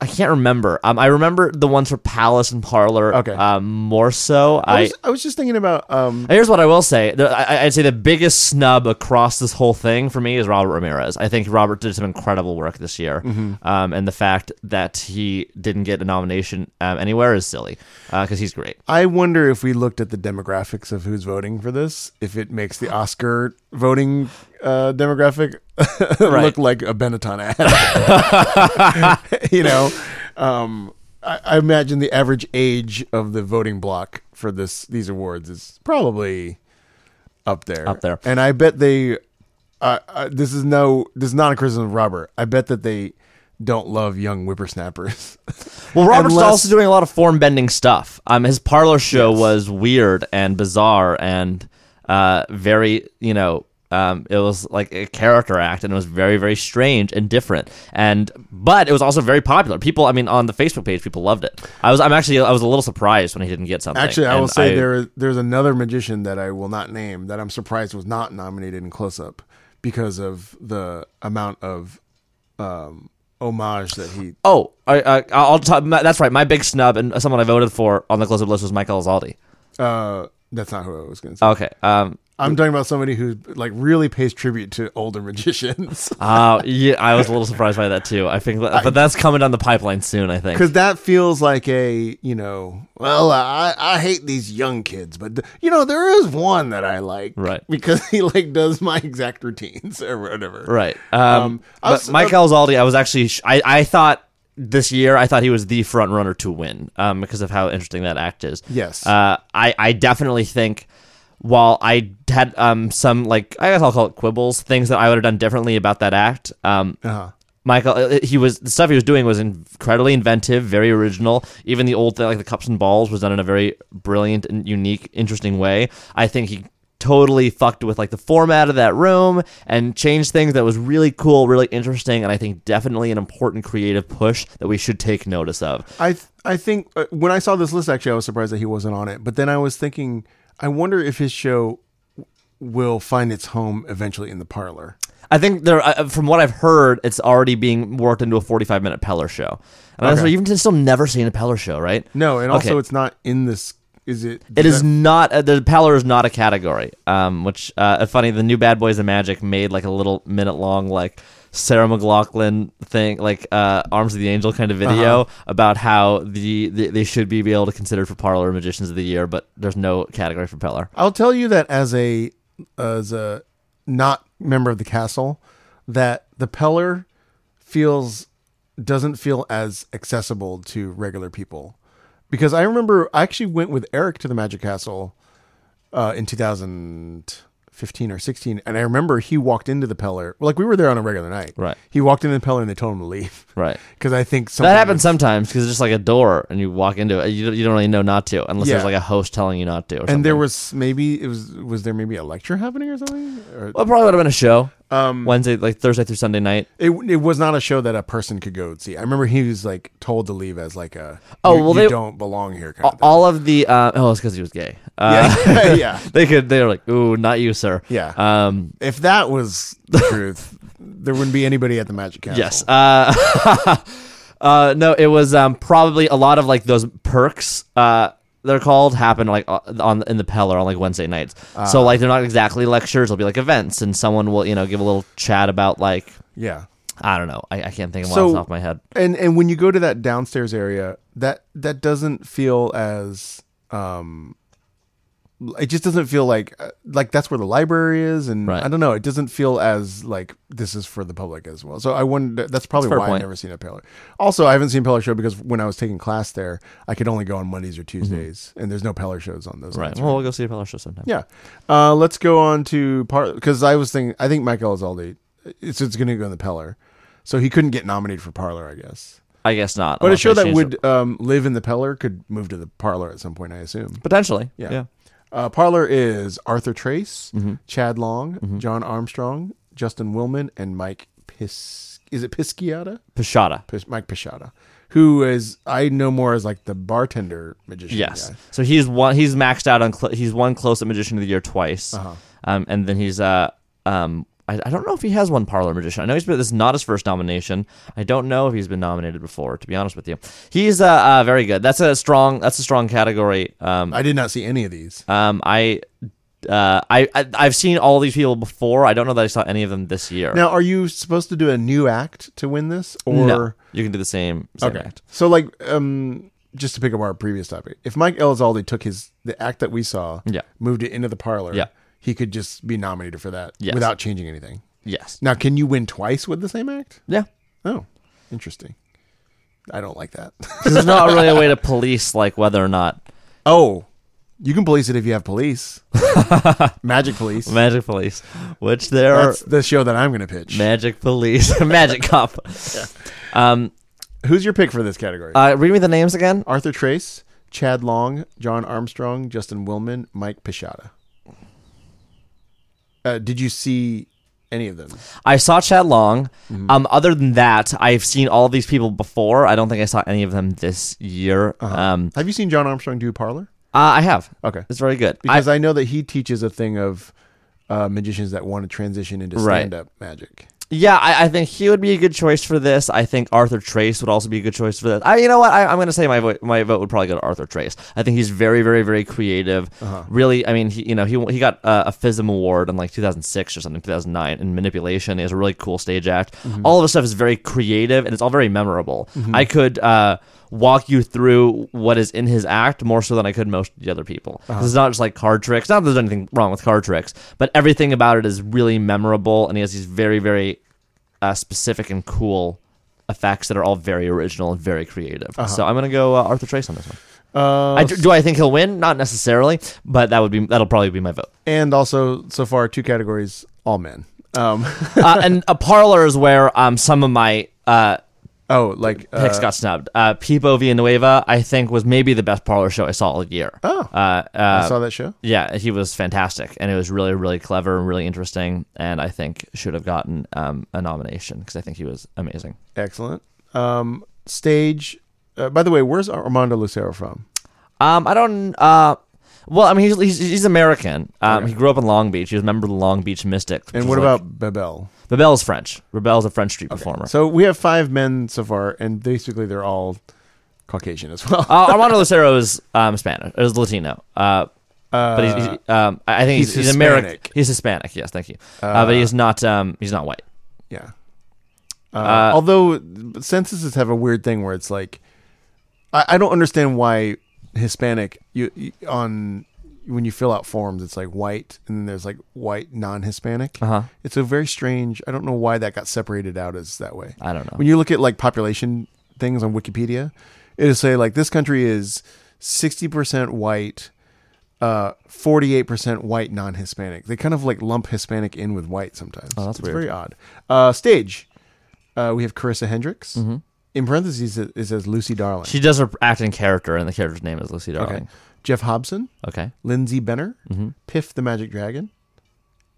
Speaker 2: I can't remember. Um, I remember the ones for Palace and Parlor.
Speaker 1: Okay.
Speaker 2: Um, more so,
Speaker 1: I was, I was just thinking about um,
Speaker 2: Here's what I will say. The- I, I'd say the biggest snub across this whole thing for me is Robert Ramirez. I think Robert did some incredible work this year, um, and the fact that he didn't get a nomination um, anywhere is silly because he's great.
Speaker 1: I wonder if we looked at the demographics of who's voting for this, if it makes the Oscar voting uh, demographic
Speaker 2: Right.
Speaker 1: look like a Benetton ad. you know, um, I, I imagine the average age of the voting block for this these awards is probably up there.
Speaker 2: Up there.
Speaker 1: and I bet they. Uh, uh, this is no. This is not a criticism of Robert. I bet that they don't love young whippersnappers.
Speaker 2: Well, Robert's
Speaker 1: Unless-
Speaker 2: also doing a lot of form bending stuff. Um, his parlor show was weird and bizarre and uh, very, you know, um, it was like a character act and it was very, very strange and different. And but it was also very popular. People, I mean, on the Facebook page, people loved it. I was, I'm actually, I was a little surprised when he didn't get something.
Speaker 1: Actually, I
Speaker 2: And
Speaker 1: will say
Speaker 2: I-
Speaker 1: there there's another magician that I will not name that I'm surprised was not nominated in close up because of the amount of um, homage that he.
Speaker 2: Oh, I, I, I'll talk. That's right. My big snub and someone I voted for on the close-up list was Michael Azaldi.
Speaker 1: Uh, that's not who I was going to say.
Speaker 2: Okay. Um,
Speaker 1: I'm talking about somebody who like really pays tribute to older magicians
Speaker 2: Uh, yeah, I was a little surprised by that too. I think, that, but that's coming down the pipeline soon. I think.
Speaker 1: because that feels like a you know. Well, I I hate these young kids, but th- you know there is one that I like,
Speaker 2: Right.
Speaker 1: Because he like does my exact routines or whatever,
Speaker 2: Right. Um,
Speaker 1: Um, I
Speaker 2: but
Speaker 1: was-
Speaker 2: Mike Elzaldi, I was actually, sh- I, I thought this year, I thought he was the front runner to win um, because of how interesting that act is.
Speaker 1: Yes.
Speaker 2: Uh, I, I definitely think while I had um, some, like, I guess I'll call it quibbles, things that I would have done differently about that act. Um,
Speaker 1: Uh-huh.
Speaker 2: Michael, uh, he was the stuff he was doing was incredibly inventive, very original. Even the old thing, like the cups and balls, was done in a very brilliant and unique, interesting way. I think he totally fucked with like the format of that room and changed things that was really cool, really interesting, and I think definitely an important creative push that we should take notice of.
Speaker 1: I th- I think uh, when I saw this list, actually, I was surprised that he wasn't on it. But then I was thinking, I wonder if his show w- will find its home eventually in the parlor.
Speaker 2: I think there, uh, from what I've heard, it's already being worked into a forty-five minute Peller show, and I was like, you've still never seen a Peller show, right?
Speaker 1: No, and also
Speaker 2: Okay.
Speaker 1: it's not in this. Is it?
Speaker 2: It is not uh, the Pallor is not a category. Um, which uh, funny, the new Bad Boys of Magic made like a little minute long like Sarah McLaughlin thing, like uh, Arms of the Angel kind of video about how the, the they should be, be able to consider for Parlor Magicians of the Year, but there's no category for Pallor.
Speaker 1: I'll tell you that as a as a not member of the castle, that the Peller feels doesn't feel as accessible to regular people because I remember I actually went with Eric to the Magic Castle uh, in 2015 or 16, and I remember he walked into the Peller like we were there on a regular night.
Speaker 2: Right.
Speaker 1: He walked into the Peller and they told him to leave
Speaker 2: Right.
Speaker 1: because I think something
Speaker 2: That happens sometimes because it's just like a door and you walk into it. You don't, you don't really know not to unless there's
Speaker 1: Yeah.
Speaker 2: like a host telling you not to. Or
Speaker 1: And
Speaker 2: something.
Speaker 1: there was maybe it was was there maybe a lecture happening or something? Or,
Speaker 2: well, it probably would have been a show um, Wednesday, like Thursday through Sunday night.
Speaker 1: It, it was not a show that a person could go and see. I remember he was like told to leave as like a
Speaker 2: Oh,
Speaker 1: you,
Speaker 2: well,
Speaker 1: you
Speaker 2: they-
Speaker 1: don't belong here kind of thing.
Speaker 2: All of the uh, oh, it's because he was gay. Uh,
Speaker 1: yeah, yeah.
Speaker 2: they could they were like ooh not you sir
Speaker 1: Yeah.
Speaker 2: um
Speaker 1: If that was the truth, there wouldn't be anybody at the Magic Castle.
Speaker 2: yes uh uh no it was um probably a lot of like those perks uh they're called happen like uh, on in the Peller on like Wednesday nights.
Speaker 1: Ah.
Speaker 2: so like they're not exactly lectures. They'll be like events, and someone will you know give a little chat about like
Speaker 1: Yeah.
Speaker 2: I don't know. I, I can't think of one
Speaker 1: So-
Speaker 2: off the top of my head.
Speaker 1: And and when you go to that downstairs area, that that doesn't feel as um it just doesn't feel like uh, like that's where the library is and
Speaker 2: Right.
Speaker 1: I don't know, it doesn't feel as like this is for the public as well. So I wondered that's probably
Speaker 2: That's a fair
Speaker 1: why I've
Speaker 2: point.
Speaker 1: never seen a Peller. Also, I haven't seen Peller show because when I was taking class there, I could only go on Mondays or Tuesdays and there's no Peller shows on those
Speaker 2: Mm-hmm. Right.
Speaker 1: nights,
Speaker 2: Well, we'll go see a Peller show sometime.
Speaker 1: yeah. Uh, let's go on to part because I was thinking I think Mike Elizalde, it's it's going to go in the Peller, so he couldn't get nominated for Parlor, I guess.
Speaker 2: I guess not.
Speaker 1: But a
Speaker 2: unless
Speaker 1: show
Speaker 2: they
Speaker 1: that
Speaker 2: change
Speaker 1: would
Speaker 2: it.
Speaker 1: um, live in the Peller could move to the Parlor at some point, I assume.
Speaker 2: potentially.
Speaker 1: Yeah.
Speaker 2: Yeah. Mm-hmm.
Speaker 1: Uh, Parlor is Arthur Trace, Chad Long, John Armstrong, Justin Willman, and Mike Pis. Is it Pisciata?
Speaker 2: Pashada.
Speaker 1: Pis- Mike Pisciata, who is I know more as like the bartender magician.
Speaker 2: Yes.
Speaker 1: guy.
Speaker 2: So he's one. He's maxed out on. Cl- he's won close up magician of the year twice. Um, and then he's uh um. I, I don't know if he has one parlor magician. I know he's been. This is not his first nomination. I don't know if he's been nominated before. To be honest with you, he's uh, uh very good. That's a strong. That's a strong category. Um.
Speaker 1: I did not see any of these.
Speaker 2: Um. I. Uh, I, I I've seen all these people before. I don't know that I saw any of them this year.
Speaker 1: Now, are you supposed to do a new act to win this, or
Speaker 2: No. you can do the same. same
Speaker 1: Okay.
Speaker 2: act.
Speaker 1: So like um just to pick up our previous topic, if Mike Elizalde took his the act that we saw,
Speaker 2: Yeah.
Speaker 1: moved it into the parlor,
Speaker 2: Yeah.
Speaker 1: he could just be nominated for that
Speaker 2: Yes.
Speaker 1: without changing anything.
Speaker 2: Yes.
Speaker 1: Now, can you win twice with the same act?
Speaker 2: Yeah.
Speaker 1: Oh, interesting. I don't like that.
Speaker 2: 'Cause there's not really a way to police like whether or not
Speaker 1: oh, you can police it if you have police, magic police.
Speaker 2: magic police, which there are
Speaker 1: That's the show that I'm going to pitch.
Speaker 2: Magic Police, Magic Cop. Um,
Speaker 1: Who's your pick for this category?
Speaker 2: uh, read me the names again.
Speaker 1: Arthur Trace, Chad Long, John Armstrong, Justin Willman, Mike Pichata. Uh, did you see any of them?
Speaker 2: I saw Chad Long. Um, other than that, I've seen all these people before. I don't think I saw any of them this year. Um,
Speaker 1: Have you seen John Armstrong do parlor?
Speaker 2: uh, I have.
Speaker 1: Okay,
Speaker 2: It's very good. I,
Speaker 1: because I, know that he teaches a thing of uh, magicians that want to transition into
Speaker 2: Right.
Speaker 1: stand-up magic.
Speaker 2: Yeah, I, I think he would be a good choice for this. I think Arthur Trace would also be a good choice for this. I, you know what? I, I'm going to say my vote, my vote would probably go to Arthur Trace. I think he's very, very, very creative. Really, I mean, he, you know, he he got uh, a FISM award in like 2006 or something, 2009 in Manipulation. He has a really cool stage act. All of his stuff is very creative and it's all very memorable. I could. Uh, walk you through what is in his act more so than I could most of the other people.
Speaker 1: Uh-huh.
Speaker 2: This is not just like card tricks. Not that there's anything wrong with card tricks, but everything about it is really memorable, and he has these very, very uh, specific and cool effects that are all very original and very creative.
Speaker 1: Uh-huh.
Speaker 2: So I'm gonna go uh, Arthur Trace on this one.
Speaker 1: Uh,
Speaker 2: I, do, do I think he'll win? Not necessarily, but that would be that'll probably be my vote.
Speaker 1: and also, so far, two categories, all men. Um,
Speaker 2: Uh, and a parlor is where um some of my uh.
Speaker 1: oh, like uh,
Speaker 2: picks got snubbed. Uh, Peepo Villanueva, I think, was maybe the best parlor show I saw all year.
Speaker 1: Oh.
Speaker 2: uh, uh,
Speaker 1: I saw that show.
Speaker 2: yeah, he was fantastic, and it was really, really clever and really interesting, and I think should have gotten um, a nomination because I think he was amazing.
Speaker 1: Excellent. Um, stage. Uh, by the way, where's Armando Lucero from?
Speaker 2: Um, I don't. Uh, well, I mean, he's he's, he's American. Um, he grew up in Long Beach. He was a member of the Long Beach Mystics.
Speaker 1: And what about Bebel?
Speaker 2: Rebel's French? Rebel's a French street performer.
Speaker 1: So we have five men so far, and basically they're all Caucasian as well.
Speaker 2: uh, Armando Lucero is um, Spanish. Is Latino. Uh, but he's,
Speaker 1: Uh,
Speaker 2: he's um, I I think he's,
Speaker 1: he's
Speaker 2: he's, American.
Speaker 1: Hispanic.
Speaker 2: He's Hispanic. Yes, thank you. Uh, but he's not. Um, he's not white.
Speaker 1: Yeah. Uh, although censuses have a weird thing where it's like, I, I don't understand why Hispanic you, you on when you fill out forms it's like white and then there's like white non-Hispanic.
Speaker 2: Uh-huh.
Speaker 1: It's a very strange. I don't know why that got separated out as that way.
Speaker 2: I don't know.
Speaker 1: When you look at like population things on Wikipedia, it'll say like this country is sixty percent white. Uh, forty-eight percent white non-Hispanic. They kind of like lump Hispanic in with white sometimes.
Speaker 2: Oh, that's
Speaker 1: it's
Speaker 2: weird.
Speaker 1: very odd. Uh, stage, uh, we have Carissa Hendricks.
Speaker 2: Mm-hmm.
Speaker 1: In parentheses, it, it says Lucy Darling.
Speaker 2: She does her acting character, and the character's name is Lucy Darling. Mm-hmm.
Speaker 1: Jeff Hobson,
Speaker 2: Okay,
Speaker 1: Lindsay Benner, Piff the Magic Dragon,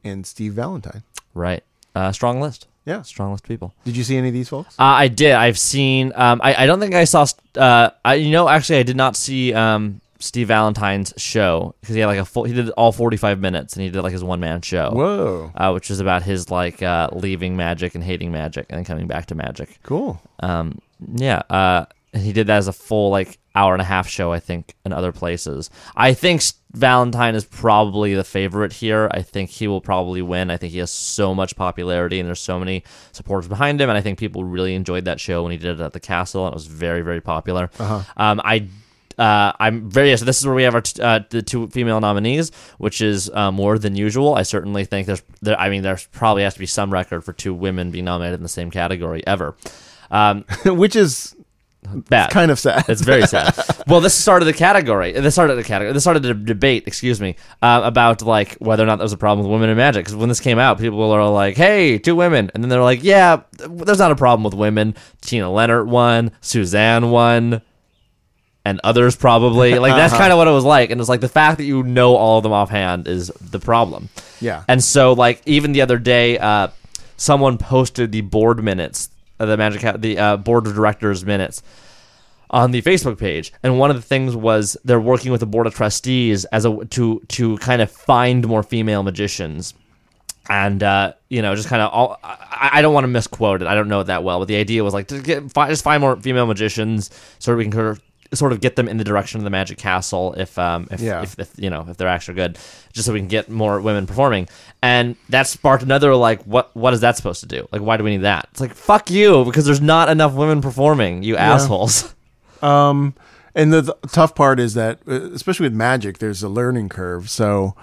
Speaker 1: and Steve Valentine.
Speaker 2: right. Uh, strong list.
Speaker 1: Yeah.
Speaker 2: Strong list of people.
Speaker 1: Did you see any of these folks?
Speaker 2: Uh, I did. I've seen. Um, I, I don't think I saw. st- Uh, I, you know, actually, I did not see um, Steve Valentine's show because he had like a full. He did all forty five minutes, and he did like his one man show.
Speaker 1: Whoa,
Speaker 2: Uh, which was about his like uh, leaving magic and hating magic and then coming back to magic.
Speaker 1: cool.
Speaker 2: Um, yeah, uh, and he did that as a full like hour and a half show, I think, in other places. I think S- Valentine is probably the favorite here. I think he will probably win. I think he has so much popularity and there's so many supporters behind him, and I think people really enjoyed that show when he did it at the castle, and it was very, very popular. Um, I. Uh, I'm very. So this is where we have our t- uh, the two female nominees, which is uh, more than usual. I certainly think there's. There, I mean, there's probably has to be some record for two women being nominated in the same category ever. Um,
Speaker 1: Which is
Speaker 2: bad.
Speaker 1: kind of sad.
Speaker 2: It's very sad. well, this started the category. This started the category. This started a debate. Excuse me uh, about like whether or not there was a problem with women in magic. Because when this came out, people are like, "Hey, two women," and then they're like, "Yeah, there's not a problem with women." Tina Leonard won. Suzanne won. And others probably like that's kind of what it was like, and it's like the fact that you know all of them offhand is the problem.
Speaker 1: Yeah.
Speaker 2: And so, like, even the other day, uh, someone posted the board minutes, uh, the Magic, Ha- the uh, board of directors minutes on the Facebook page, and one of the things was they're working with the board of trustees as a to to kind of find more female magicians. And uh, you know, just kind of all. I, I don't want to misquote it. I don't know it that well, but the idea was like to get find, just find more female magicians, so we can sort of- sort of get them in the direction of the Magic Castle. If um, if,
Speaker 1: Yeah.
Speaker 2: if if, you know if they're actually good, just so we can get more women performing. And that sparked another like, what what is that supposed to do? Like, why do we need that? It's like fuck you because there's not enough women performing. You assholes.
Speaker 1: Um, and the, the tough part is that, uh, especially with magic, there's a learning curve. So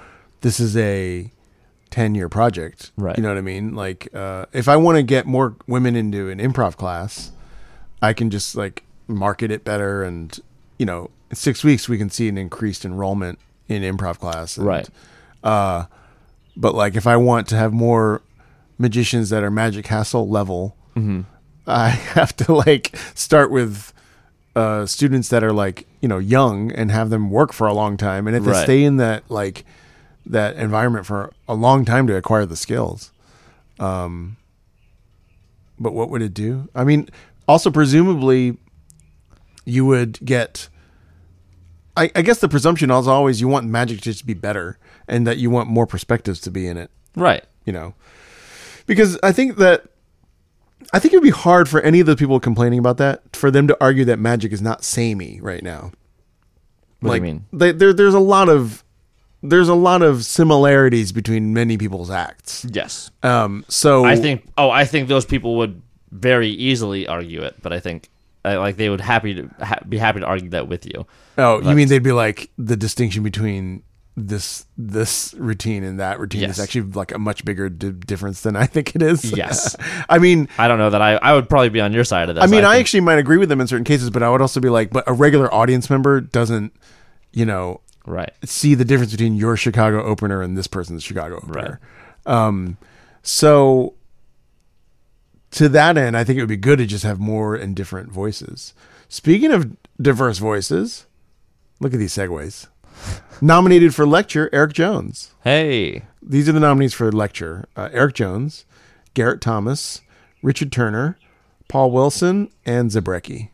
Speaker 1: this is a 10 year project.
Speaker 2: Right.
Speaker 1: You know what I mean? Like, uh, if I want to get more women into an improv class, I can just like market it better. And, you know, in six weeks, we can see an increased enrollment in improv class. And,
Speaker 2: Right.
Speaker 1: Uh, but like, if I want to have more magicians that are Magic Castle level, I have to like start with uh, students that are like you know young and have them work for a long time, and if they
Speaker 2: Right.
Speaker 1: stay in that like that environment for a long time to acquire the skills. Um, but what would it do? I mean, also presumably, you would get. I, I guess the presumption is always you want magic to just be better, and that you want more perspectives to be in it
Speaker 2: Right.
Speaker 1: you know because i think that I think it would be hard for any of the people complaining about that for them to argue that magic is not samey right now.
Speaker 2: What
Speaker 1: like,
Speaker 2: do you mean?
Speaker 1: They, there, there's a lot of there's a lot of similarities between many people's acts.
Speaker 2: Yes.
Speaker 1: Um, so
Speaker 2: I think. Oh, I think those people would very easily argue it, but I think I, like they would happy to ha- be happy to argue that with you.
Speaker 1: Oh, you mean they'd be like the distinction between this this routine and that routine
Speaker 2: Yes.
Speaker 1: is actually like a much bigger di- difference than I think it is.
Speaker 2: Yes.
Speaker 1: I mean,
Speaker 2: I don't know that I. I would probably be on your side of this.
Speaker 1: I mean, I,
Speaker 2: think-
Speaker 1: actually might agree with them in certain cases, but I would also be like, but a regular audience member doesn't, you know,
Speaker 2: right.
Speaker 1: see the difference between your Chicago opener and this person's Chicago opener. Um, so to that end, I think it would be good to just have more and different voices. Speaking of diverse voices, look at these segues. Nominated for lecture, Eric Jones.
Speaker 2: Hey,
Speaker 1: These are the nominees for lecture: uh, Eric Jones, Garrett Thomas, Richard Turner, Paul Wilson, and Zabrecki.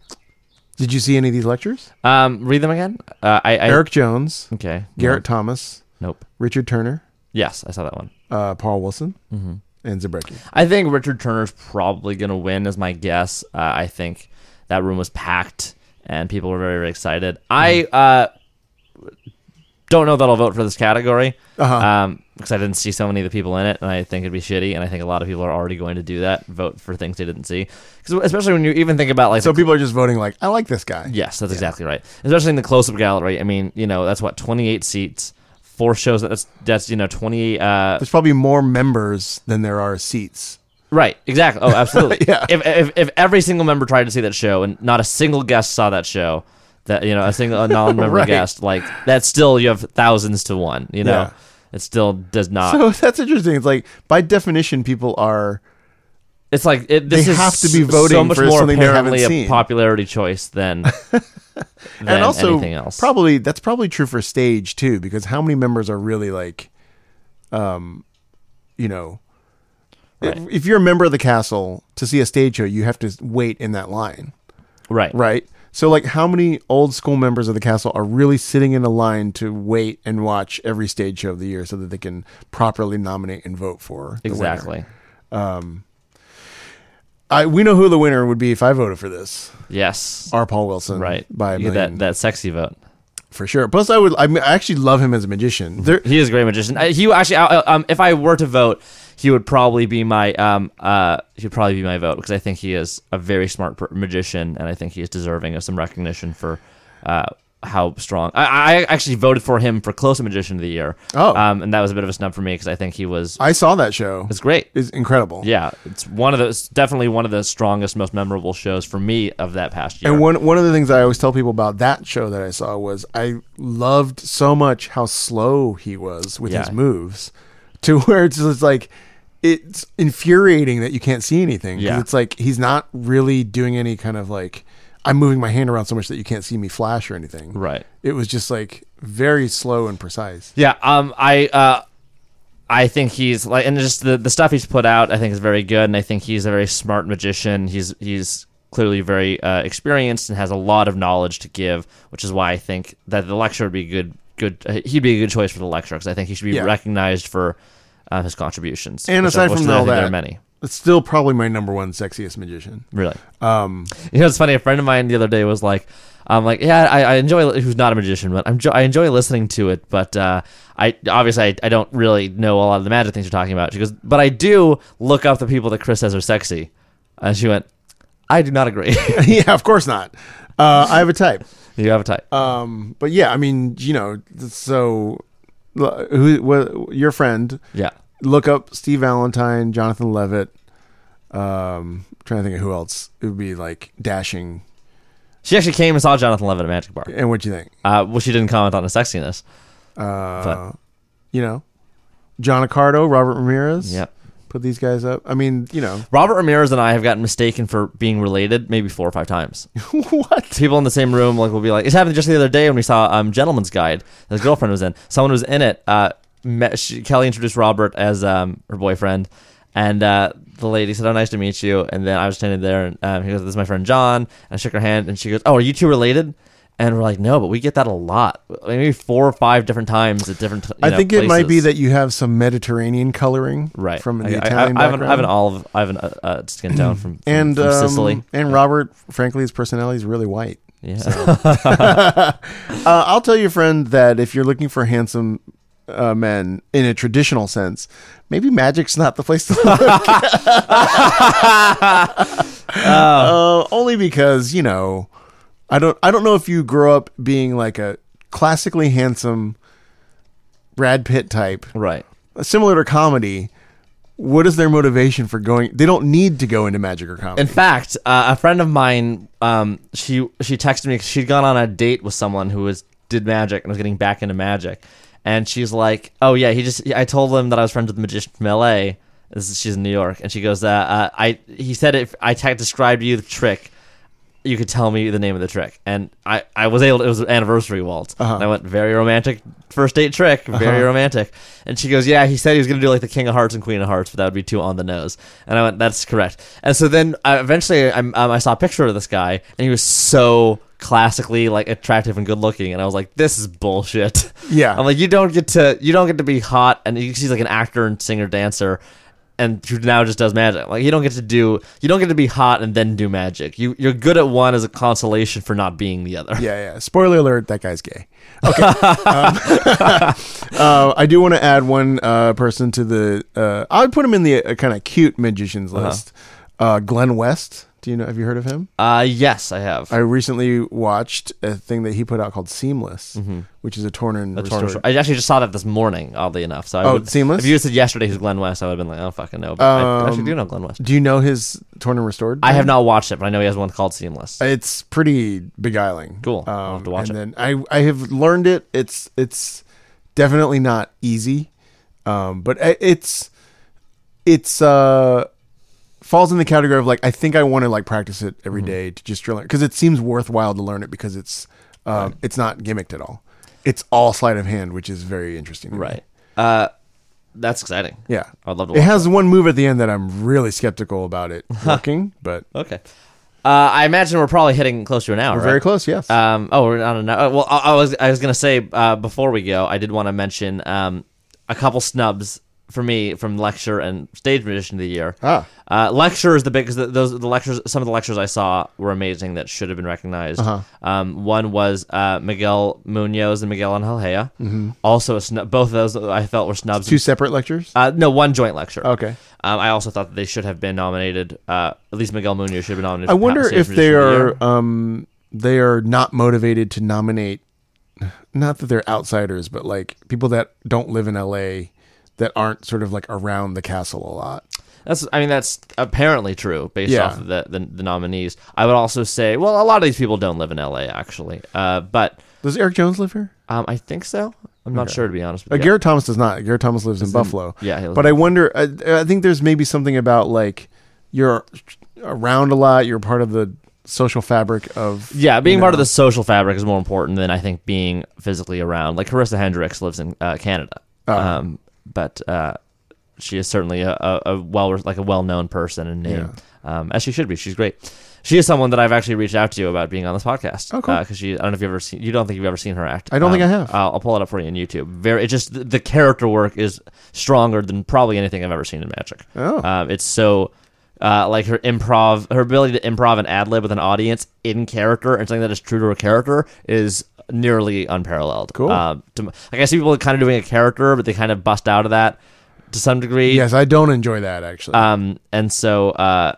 Speaker 1: Did you see any of these lectures?
Speaker 2: um, read them again. Uh, I, I
Speaker 1: Eric Jones,
Speaker 2: Okay.
Speaker 1: Garrett Thomas,
Speaker 2: No. Nope.
Speaker 1: Richard Turner,
Speaker 2: Yes, I saw that one.
Speaker 1: uh, Paul Wilson
Speaker 2: Mm-hmm.
Speaker 1: and Zabrecki.
Speaker 2: I think Richard Turner's probably going to win, is my guess. Uh, I think that room was packed and people were very, very excited. I uh,
Speaker 1: Mm-hmm.
Speaker 2: don't know that I'll vote for this category
Speaker 1: Uh-huh.
Speaker 2: because Um, I didn't see so many of the people in it, and I think it'd be shitty. And I think a lot of people are already going to do that, vote for things they didn't see, 'Cause especially when you even think about like
Speaker 1: So
Speaker 2: the-
Speaker 1: people are just voting like, I like this guy.
Speaker 2: Yes, that's exactly right. Especially in the close-up gallery. I mean, you know, that's what twenty-eight seats, four shows. That's that's you know twenty. Uh,
Speaker 1: There's probably more members than there are seats.
Speaker 2: Right, exactly. Oh, absolutely.
Speaker 1: Yeah.
Speaker 2: if, if if every single member tried to see that show and not a single guest saw that show, that you know, a single a non-member
Speaker 1: Right.
Speaker 2: guest, like that's still you have thousands to one. You know,
Speaker 1: Yeah.
Speaker 2: it still does not.
Speaker 1: So that's interesting. It's like by definition, people are
Speaker 2: it's like it, this
Speaker 1: They
Speaker 2: is
Speaker 1: have to
Speaker 2: s-
Speaker 1: be
Speaker 2: so
Speaker 1: voting
Speaker 2: much
Speaker 1: for
Speaker 2: more
Speaker 1: something they haven't
Speaker 2: apparently a
Speaker 1: seen.
Speaker 2: popularity choice than than
Speaker 1: and also
Speaker 2: anything else.
Speaker 1: probably that's probably true for stage too because how many members are really like um you know
Speaker 2: Right.
Speaker 1: if, if you're a member of the castle to see a stage show you have to wait in that line
Speaker 2: right,
Speaker 1: right so like how many old school members of the castle are really sitting in a line to wait and watch every stage show of the year so that they can properly nominate and vote for the winner?
Speaker 2: exactly.
Speaker 1: I we know who the winner would be if I voted for this
Speaker 2: Yes,
Speaker 1: R Paul Wilson
Speaker 2: right.
Speaker 1: by a
Speaker 2: You get
Speaker 1: million
Speaker 2: that that sexy vote.
Speaker 1: for sure plus I would I, mean, I actually love him as a magician there
Speaker 2: He is a great magician. Uh, He actually, uh, uh, um, if I were to vote, he would probably be my um uh he'd probably be my vote because I think he is a very smart per- magician and I think he is deserving of some recognition for uh how strong. I, I actually voted for him for close magician of the year.
Speaker 1: Oh.
Speaker 2: um, and that was a bit of a snub for me because I think he was
Speaker 1: I saw that show.
Speaker 2: it's great.
Speaker 1: It's incredible.
Speaker 2: Yeah, it's one of the it's definitely one of the strongest, most memorable shows for me of that past year.
Speaker 1: And one one of the things I always tell people about that show that I saw was I loved so much how slow he was with
Speaker 2: Yeah.
Speaker 1: his moves, to where it's just like it's infuriating that you can't see anything. 'cause
Speaker 2: Yeah.
Speaker 1: it's like he's not really doing any kind of like I'm moving my hand around so much that you can't see me flash or anything.
Speaker 2: right.
Speaker 1: It was just like very slow and precise.
Speaker 2: Yeah, um, I uh, I think he's like, and just the, the stuff he's put out, I think is very good, and I think he's a very smart magician. He's he's clearly very uh, experienced and has a lot of knowledge to give, which is why I think that the lecture would be good. Good, uh, he'd be a good choice for the lecture because I think he should be
Speaker 1: Yeah.
Speaker 2: recognized for uh, his contributions.
Speaker 1: And
Speaker 2: which I-
Speaker 1: aside
Speaker 2: which
Speaker 1: from
Speaker 2: I
Speaker 1: all
Speaker 2: think there
Speaker 1: that-
Speaker 2: are many.
Speaker 1: It's still probably my number one sexiest magician.
Speaker 2: Really. Um, you know, it's funny. A friend of mine the other day was like, "I'm like, yeah, I, I enjoy who's not a magician, but I'm jo- I enjoy listening to it, but uh, I obviously I, I don't really know a lot of the magic things you're talking about." She goes, "But I do look up the people that Chris says are sexy," and she went, "I do not agree.
Speaker 1: yeah, of course not. Uh, I have a type.
Speaker 2: you have a type."
Speaker 1: Um, but yeah, I mean, you know, so l- who, wha- your friend?
Speaker 2: yeah,
Speaker 1: Look up Steve Valentine, Jonathan Levitt. Um, trying to think of who else it would be like dashing.
Speaker 2: she actually came and saw Jonathan Levin at Magic Bar.
Speaker 1: And what you think?
Speaker 2: Uh, well, she didn't comment on his sexiness.
Speaker 1: Uh, you know, John Accardo, Robert Ramirez.
Speaker 2: Yep.
Speaker 1: Put these guys up. I mean, you know,
Speaker 2: Robert Ramirez and I have gotten mistaken for being related maybe four or five times.
Speaker 1: what?
Speaker 2: people in the same room like will be like it's happened just the other day when we saw um gentleman's guide that his girlfriend was in someone was in it uh met, she, kelly introduced robert as um her boyfriend and uh the lady said oh nice to meet you and then i was standing there and um, he goes this is my friend john and i shook her hand and she goes oh are you two related And we're like, no, but we get that a lot. Maybe four or five different times at different. t- you
Speaker 1: I
Speaker 2: know,
Speaker 1: think it might be
Speaker 2: places.
Speaker 1: that you have some Mediterranean coloring
Speaker 2: right
Speaker 1: from the
Speaker 2: I, I-
Speaker 1: Italian
Speaker 2: I, I, have an, I have an
Speaker 1: background.
Speaker 2: olive. I have an uh, uh, skin tone from, from,
Speaker 1: and
Speaker 2: from
Speaker 1: um,
Speaker 2: Sicily.
Speaker 1: and Robert, frankly, his personality is really white.
Speaker 2: Yeah.
Speaker 1: Uh, I'll tell your friend that if you're looking for handsome uh, men in a traditional sense, maybe magic's not the place to look. uh, only because you know, I don't. I don't know if you grow up being like a classically handsome Brad Pitt type,
Speaker 2: right.
Speaker 1: similar to comedy. What is their motivation for going? They don't need to go into magic or comedy.
Speaker 2: In fact, uh, a friend of mine, um, she she texted me. 'cause She'd gone on a date with someone who was did magic and was getting back into magic, and she's like, "Oh yeah, he just." I told him that I was friends with the magician from L.A. This is- She's in New York, and she goes, uh, uh, "I." He said, "If I t- described you the trick, you could tell me the name of the trick." And I I was able. To, it was an anniversary waltz, and I went very romantic first date trick, very romantic. And she goes, "Yeah, he said he was going to do like the King of Hearts and Queen of Hearts, but that would be too on the nose." And I went, "That's correct." And so then I, eventually, I, um, I saw a picture of this guy, and he was so classically like attractive and good looking, and I was like, "This is bullshit."
Speaker 1: Yeah.
Speaker 2: I'm like, "You don't get to you don't get to be hot," and you- she's like an actor and singer dancer. And who now just does magic. Like you don't get to do, you don't get to be hot and then do magic. You you're good at one as a consolation for not being the other.
Speaker 1: Yeah, yeah. Spoiler alert: that guy's gay. Okay. um, uh, I do want to add one uh, person to the. Uh, I would put him in the uh, kind of cute magicians
Speaker 2: Uh-huh.
Speaker 1: list. uh Glenn West. Do you know? Have you heard of him?
Speaker 2: Uh yes, I have.
Speaker 1: I recently watched a thing that he put out called Seamless, which is a torn and
Speaker 2: Mm-hmm. Torn
Speaker 1: restored.
Speaker 2: Shore. I actually just saw that this morning, oddly enough. So I
Speaker 1: Oh,
Speaker 2: would,
Speaker 1: Seamless? Um,
Speaker 2: If you had said yesterday who's Glenn West, I would have been like, I don't fucking know. But I actually do know Glenn West.
Speaker 1: Do you know his torn and restored?
Speaker 2: I have not watched it, but I know he has one called Seamless.
Speaker 1: It's pretty beguiling. Um,
Speaker 2: Cool. I'll have to watch
Speaker 1: and
Speaker 2: it.
Speaker 1: Then I I have learned it. It's it's definitely not easy, um, but I- it's it's uh falls in the category of like I think I want to like practice it every
Speaker 2: Mm-hmm.
Speaker 1: day to just drill it because it seems worthwhile to learn it because it's um, it's not gimmicked at all. It's all sleight of hand, which is very interesting. to me.
Speaker 2: right. Uh, that's exciting.
Speaker 1: Yeah.
Speaker 2: I'd love to
Speaker 1: It
Speaker 2: watch
Speaker 1: has one move at the end that I'm really skeptical about it working, but
Speaker 2: Okay. Uh, I imagine we're probably hitting close to an hour.
Speaker 1: we're very
Speaker 2: right?
Speaker 1: close. Yes.
Speaker 2: Um, oh, we're not an hour. Well, I, I was I was gonna say uh, before we go, I did want to mention um, a couple snubs for me from lecture and stage magician of the year.
Speaker 1: Ah.
Speaker 2: Uh, lecture is the big because those the lectures. Some of the lectures I saw were amazing that should have been recognized.
Speaker 1: Uh-huh.
Speaker 2: Um, one was uh, Miguel Munoz and Miguel Angelhea. Also, a snub, both of those I felt were snubs.
Speaker 1: Mm-hmm. Two separate lectures.
Speaker 2: uh, no, one joint lecture.
Speaker 1: Okay.
Speaker 2: Um, I also thought that they should have been nominated. Uh, at least Miguel Munoz should have been nominated.
Speaker 1: I
Speaker 2: for Pa-
Speaker 1: wonder
Speaker 2: Stage
Speaker 1: if
Speaker 2: Magician
Speaker 1: they
Speaker 2: of the Year.
Speaker 1: are um they are not motivated to nominate not that they're outsiders, but like people that don't live in LA that aren't sort of like around the castle a lot.
Speaker 2: That's, I mean, that's apparently true based
Speaker 1: Yeah.
Speaker 2: off of the, the the nominees. I would also say, well, a lot of these people don't live in L.A. actually, uh, but
Speaker 1: Does Eric Jones live here?
Speaker 2: um, I think so. I'm not sure to be honest.
Speaker 1: Uh,
Speaker 2: With you.
Speaker 1: Garrett Thomas does not. Garrett Thomas lives in Buffalo.
Speaker 2: yeah, he lives
Speaker 1: but
Speaker 2: in-
Speaker 1: I wonder. I, I think there's maybe something about like you're around a lot. You're part of the social fabric of
Speaker 2: Yeah, being
Speaker 1: you
Speaker 2: part of
Speaker 1: know.
Speaker 2: the social fabric is more important than I think being physically around. Like Carissa Hendricks lives in uh, Canada,
Speaker 1: Oh.
Speaker 2: um, but uh, she is certainly a, a, a well like a well known person and name, um, as she should be. She's great. She is someone that I've actually reached out to about being on this podcast.
Speaker 1: Oh, cool.
Speaker 2: Because she, I don't know if you've ever seen. You don't think you've ever seen her act?
Speaker 1: I don't think I have.
Speaker 2: Um, I'll, I'll pull it up for you on YouTube. Very, it just the, the character work is stronger than probably anything I've ever seen in magic.
Speaker 1: Oh.
Speaker 2: Um, it's so uh, like her improv, her ability to improv and ad lib with an audience in character and something that is true to her character is nearly unparalleled.
Speaker 1: Cool.
Speaker 2: Uh, to, like I see people kind of doing a character, but they kind of bust out of that to some degree.
Speaker 1: Yes, I don't enjoy that actually.
Speaker 2: Um, and so, uh,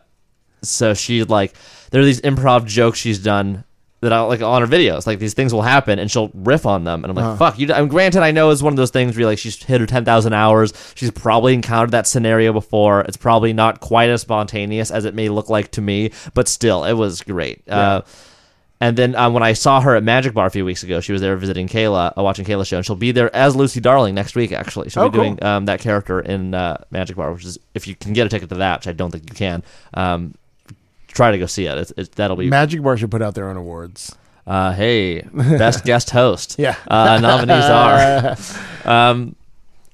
Speaker 2: so she like there are these improv jokes she's done that I like on her videos. Like these things will happen, and she'll riff on them, and I'm like,
Speaker 1: Uh-huh.
Speaker 2: fuck you. I'm granted, I know it's one of those things where you're like she's hit her ten thousand hours. She's probably encountered that scenario before. It's probably not quite as spontaneous as it may look like to me, but still, it was great. Uh, and then um, when I saw her at Magic Bar a few weeks ago, she was there visiting Kayla, uh, watching Kayla's show, and she'll be there as Lucy Darling next week. Actually, she'll
Speaker 1: Oh,
Speaker 2: be
Speaker 1: cool.
Speaker 2: doing um, that character in uh, Magic Bar, which is if you can get a ticket to that, which I don't think you can. Um, try to go see it. It's, it's that'll be
Speaker 1: Magic Bar should put out their own awards.
Speaker 2: uh, hey best guest host.
Speaker 1: Yeah.
Speaker 2: uh, nominees are. Um,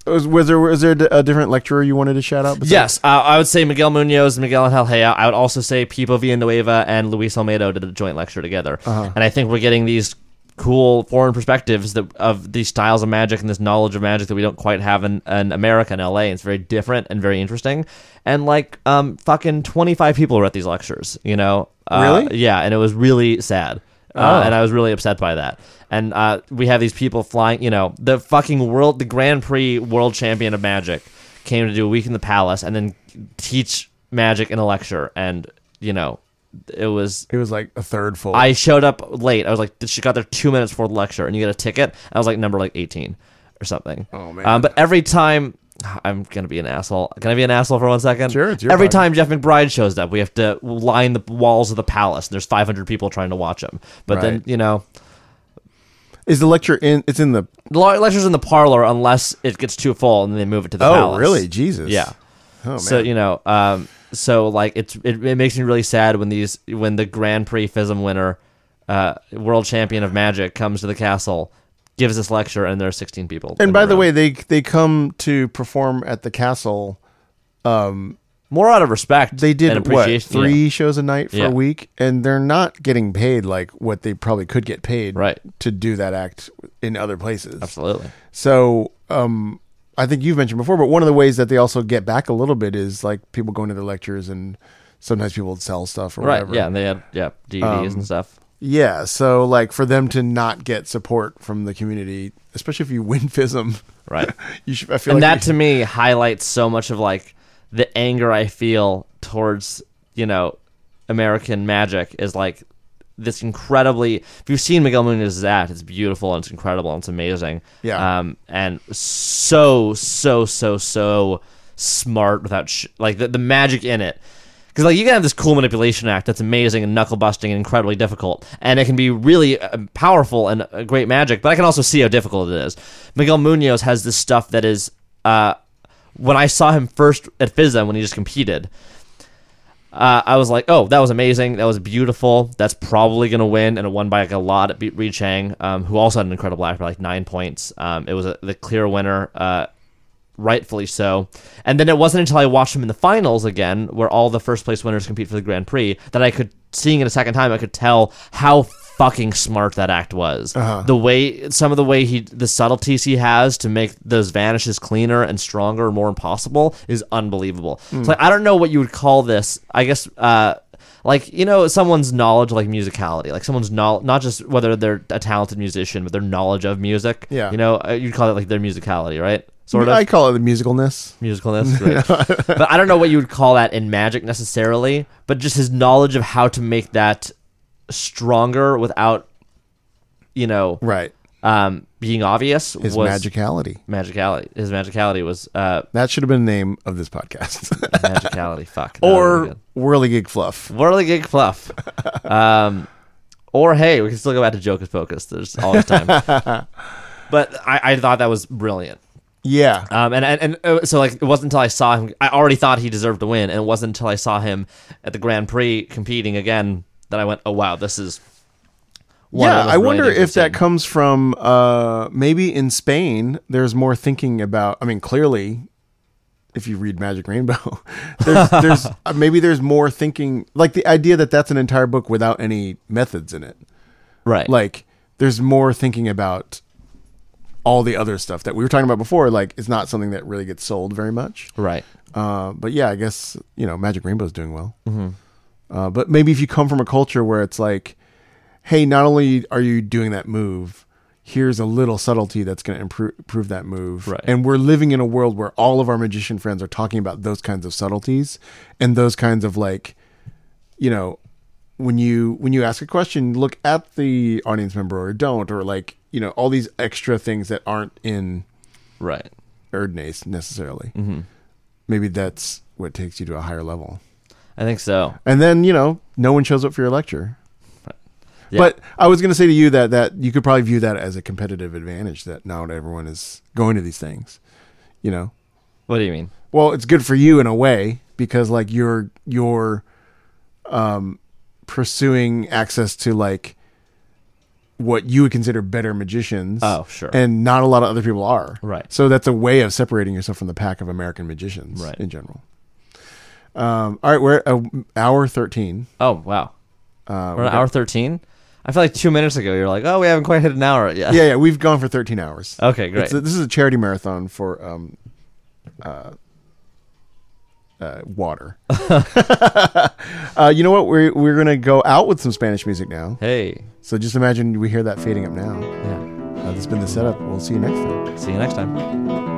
Speaker 1: Was, was there was there a different lecturer you wanted to shout out? besides-
Speaker 2: yes, uh, I would say Miguel Munoz, and Miguel Angel Hea. I would also say Pipo Villanueva and Luis Almeida did a joint lecture together, and I think we're getting these cool foreign perspectives that of these styles of magic and this knowledge of magic that we don't quite have in, in America and LA. And it's very different and very interesting. And like um, fucking twenty five people were at these lectures. You know, uh,
Speaker 1: Really?
Speaker 2: Yeah, and it was really sad. Uh,
Speaker 1: Oh.
Speaker 2: and I was really upset by that. And uh, we have these people flying, you know, the fucking world, the Grand Prix world champion of magic came to do a week in the palace and then teach magic in a lecture. And, you know, it was
Speaker 1: It was like a third full.
Speaker 2: I showed up late. I was like, she got there two minutes before the lecture, and you get a ticket. I was like number like eighteen or something.
Speaker 1: Oh, man.
Speaker 2: Um, but every time, I'm gonna be an asshole. Can I be an asshole for one second?
Speaker 1: Sure, it's your
Speaker 2: every
Speaker 1: podcast.
Speaker 2: time Jeff McBride shows up, we have to line the walls of the palace. There's 500 people trying to watch him. But then
Speaker 1: Right.
Speaker 2: you know,
Speaker 1: Is the lecture in? It's in the.
Speaker 2: the la- lecture's in the parlor unless it gets too full, and then they move it to the
Speaker 1: Oh,
Speaker 2: palace.
Speaker 1: really? Jesus.
Speaker 2: Yeah.
Speaker 1: Oh man.
Speaker 2: So you know, um, so like it's it, it makes me really sad when these when the Grand Prix FISM winner, uh, world champion of magic, comes to the castle, gives this lecture, and there are sixteen people. in
Speaker 1: and by the
Speaker 2: room.
Speaker 1: way, they they come to perform at the castle.
Speaker 2: more out of respect,
Speaker 1: They did
Speaker 2: and
Speaker 1: what
Speaker 2: appreciation,
Speaker 1: three shows a night for
Speaker 2: Yeah.
Speaker 1: a week, and they're not getting paid like what they probably could get paid
Speaker 2: Right.
Speaker 1: to do that act in other places.
Speaker 2: absolutely.
Speaker 1: So, um, I think you've mentioned before, but one of the ways that they also get back a little bit is like people going to their lectures, and sometimes people would sell stuff or
Speaker 2: Right?
Speaker 1: whatever. Um,
Speaker 2: Yeah, and they had yeah DVDs and stuff.
Speaker 1: Yeah, so like for them to not get support from the community, especially if you win FISM,
Speaker 2: Right.
Speaker 1: you should. I feel
Speaker 2: and
Speaker 1: like
Speaker 2: that to me highlights so much of like the anger I feel towards you know American magic is like this incredibly. If you've seen Miguel Muniz's act, it's beautiful and it's incredible and it's amazing.
Speaker 1: Yeah.
Speaker 2: Um, and so so so so smart without sh- like the, the magic in it. Because like you can have this cool manipulation act that's amazing and knuckle busting and incredibly difficult, and it can be really uh, powerful and uh, great magic. But I can also see how difficult it is. Miguel Munoz has this stuff that is, uh, when I saw him first at FISM when he just competed, uh, I was like, oh, that was amazing. That was beautiful. That's probably going to win. And it won by like a lot at beat Reed Chang, um, who also had an incredible act by like nine points. Um, it was a, the clear winner, uh, rightfully so. And then it wasn't until I watched him in the finals again, where all the first place winners compete for the Grand Prix, that I could, seeing it a second time, I could tell how fucking smart that act was. The way, some of the way he, the subtleties he has to make those vanishes cleaner and stronger and more impossible is unbelievable. It's like, I don't know what you would call this. I guess, uh, like you know someone's knowledge of, like musicality like someone's knowledge not just whether they're a talented musician but their knowledge of music
Speaker 1: Yeah.
Speaker 2: you know uh, you'd call it like their musicality right sort of
Speaker 1: I call it the musicalness.
Speaker 2: musicalness. Right. but I don't know what you would call that in magic necessarily, but just his knowledge of how to make that stronger without, you know,
Speaker 1: Right.
Speaker 2: um, being obvious
Speaker 1: Is
Speaker 2: was
Speaker 1: magicality.
Speaker 2: magicality. His magicality was uh,
Speaker 1: That should have been the name of this podcast.
Speaker 2: magicality. Fuck. that would've
Speaker 1: or
Speaker 2: been
Speaker 1: whirligig fluff.
Speaker 2: good. whirligig fluff. um, or hey, we can still go back to Jocus Pocus. There's always time. but I, I thought that was brilliant.
Speaker 1: Yeah.
Speaker 2: Um, and, and and uh, so like it wasn't until I saw him. I already thought he deserved to win, and it wasn't until I saw him at the Grand Prix competing again that I went, "Oh wow, this is." one of the
Speaker 1: yeah,
Speaker 2: most
Speaker 1: I wonder
Speaker 2: brilliant
Speaker 1: if
Speaker 2: things I've
Speaker 1: that comes from uh, maybe in Spain. There's more thinking about. I mean, clearly, if you read Magic Rainbow, there's, there's uh, maybe there's more thinking, like the idea that that's an entire book without any methods in it.
Speaker 2: seen. right?
Speaker 1: Like, there's more thinking about all the other stuff that we were talking about before. Like, it's not something that really gets sold very much.
Speaker 2: right?
Speaker 1: Uh, but yeah, I guess you know Magic Rainbow's doing well. Uh, but maybe if you come from a culture where it's like, hey, not only are you doing that move, here's a little subtlety that's going to improve, improve that move.
Speaker 2: Right.
Speaker 1: And we're living in a world where all of our magician friends are talking about those kinds of subtleties and those kinds of like, you know, when you when you ask a question, look at the audience member or don't, or like you know all these extra things that aren't in
Speaker 2: Right?
Speaker 1: Erdnase necessarily. Maybe that's what takes you to a higher level.
Speaker 2: I think so.
Speaker 1: And then, you know, no one shows up for your lecture.
Speaker 2: Yeah.
Speaker 1: But I was going to say to you that that you could probably view that as a competitive advantage that not everyone is going to these things. You know.
Speaker 2: What do you mean?
Speaker 1: Well, it's good for you in a way because like you're you're um pursuing access to like what you would consider better magicians.
Speaker 2: Oh, sure.
Speaker 1: And not a lot of other people are.
Speaker 2: Right.
Speaker 1: So that's a way of separating yourself from the pack of American magicians
Speaker 2: Right.
Speaker 1: in general. Um, all right, we're at uh, hour 13.
Speaker 2: Oh wow,
Speaker 1: Uh,
Speaker 2: we're on hour thirteen. I feel like two minutes ago you're like, oh, we haven't quite hit an hour yet.
Speaker 1: Yeah, yeah, we've gone for 13 hours.
Speaker 2: Okay, great.
Speaker 1: It's a- this is a charity marathon for um, uh, uh, water. uh, you know what? We're we're gonna go out with some Spanish music now.
Speaker 2: hey.
Speaker 1: So just imagine we hear that fading up now.
Speaker 2: Yeah.
Speaker 1: Uh, this has been the setup. We'll see you next time.
Speaker 2: See you next time.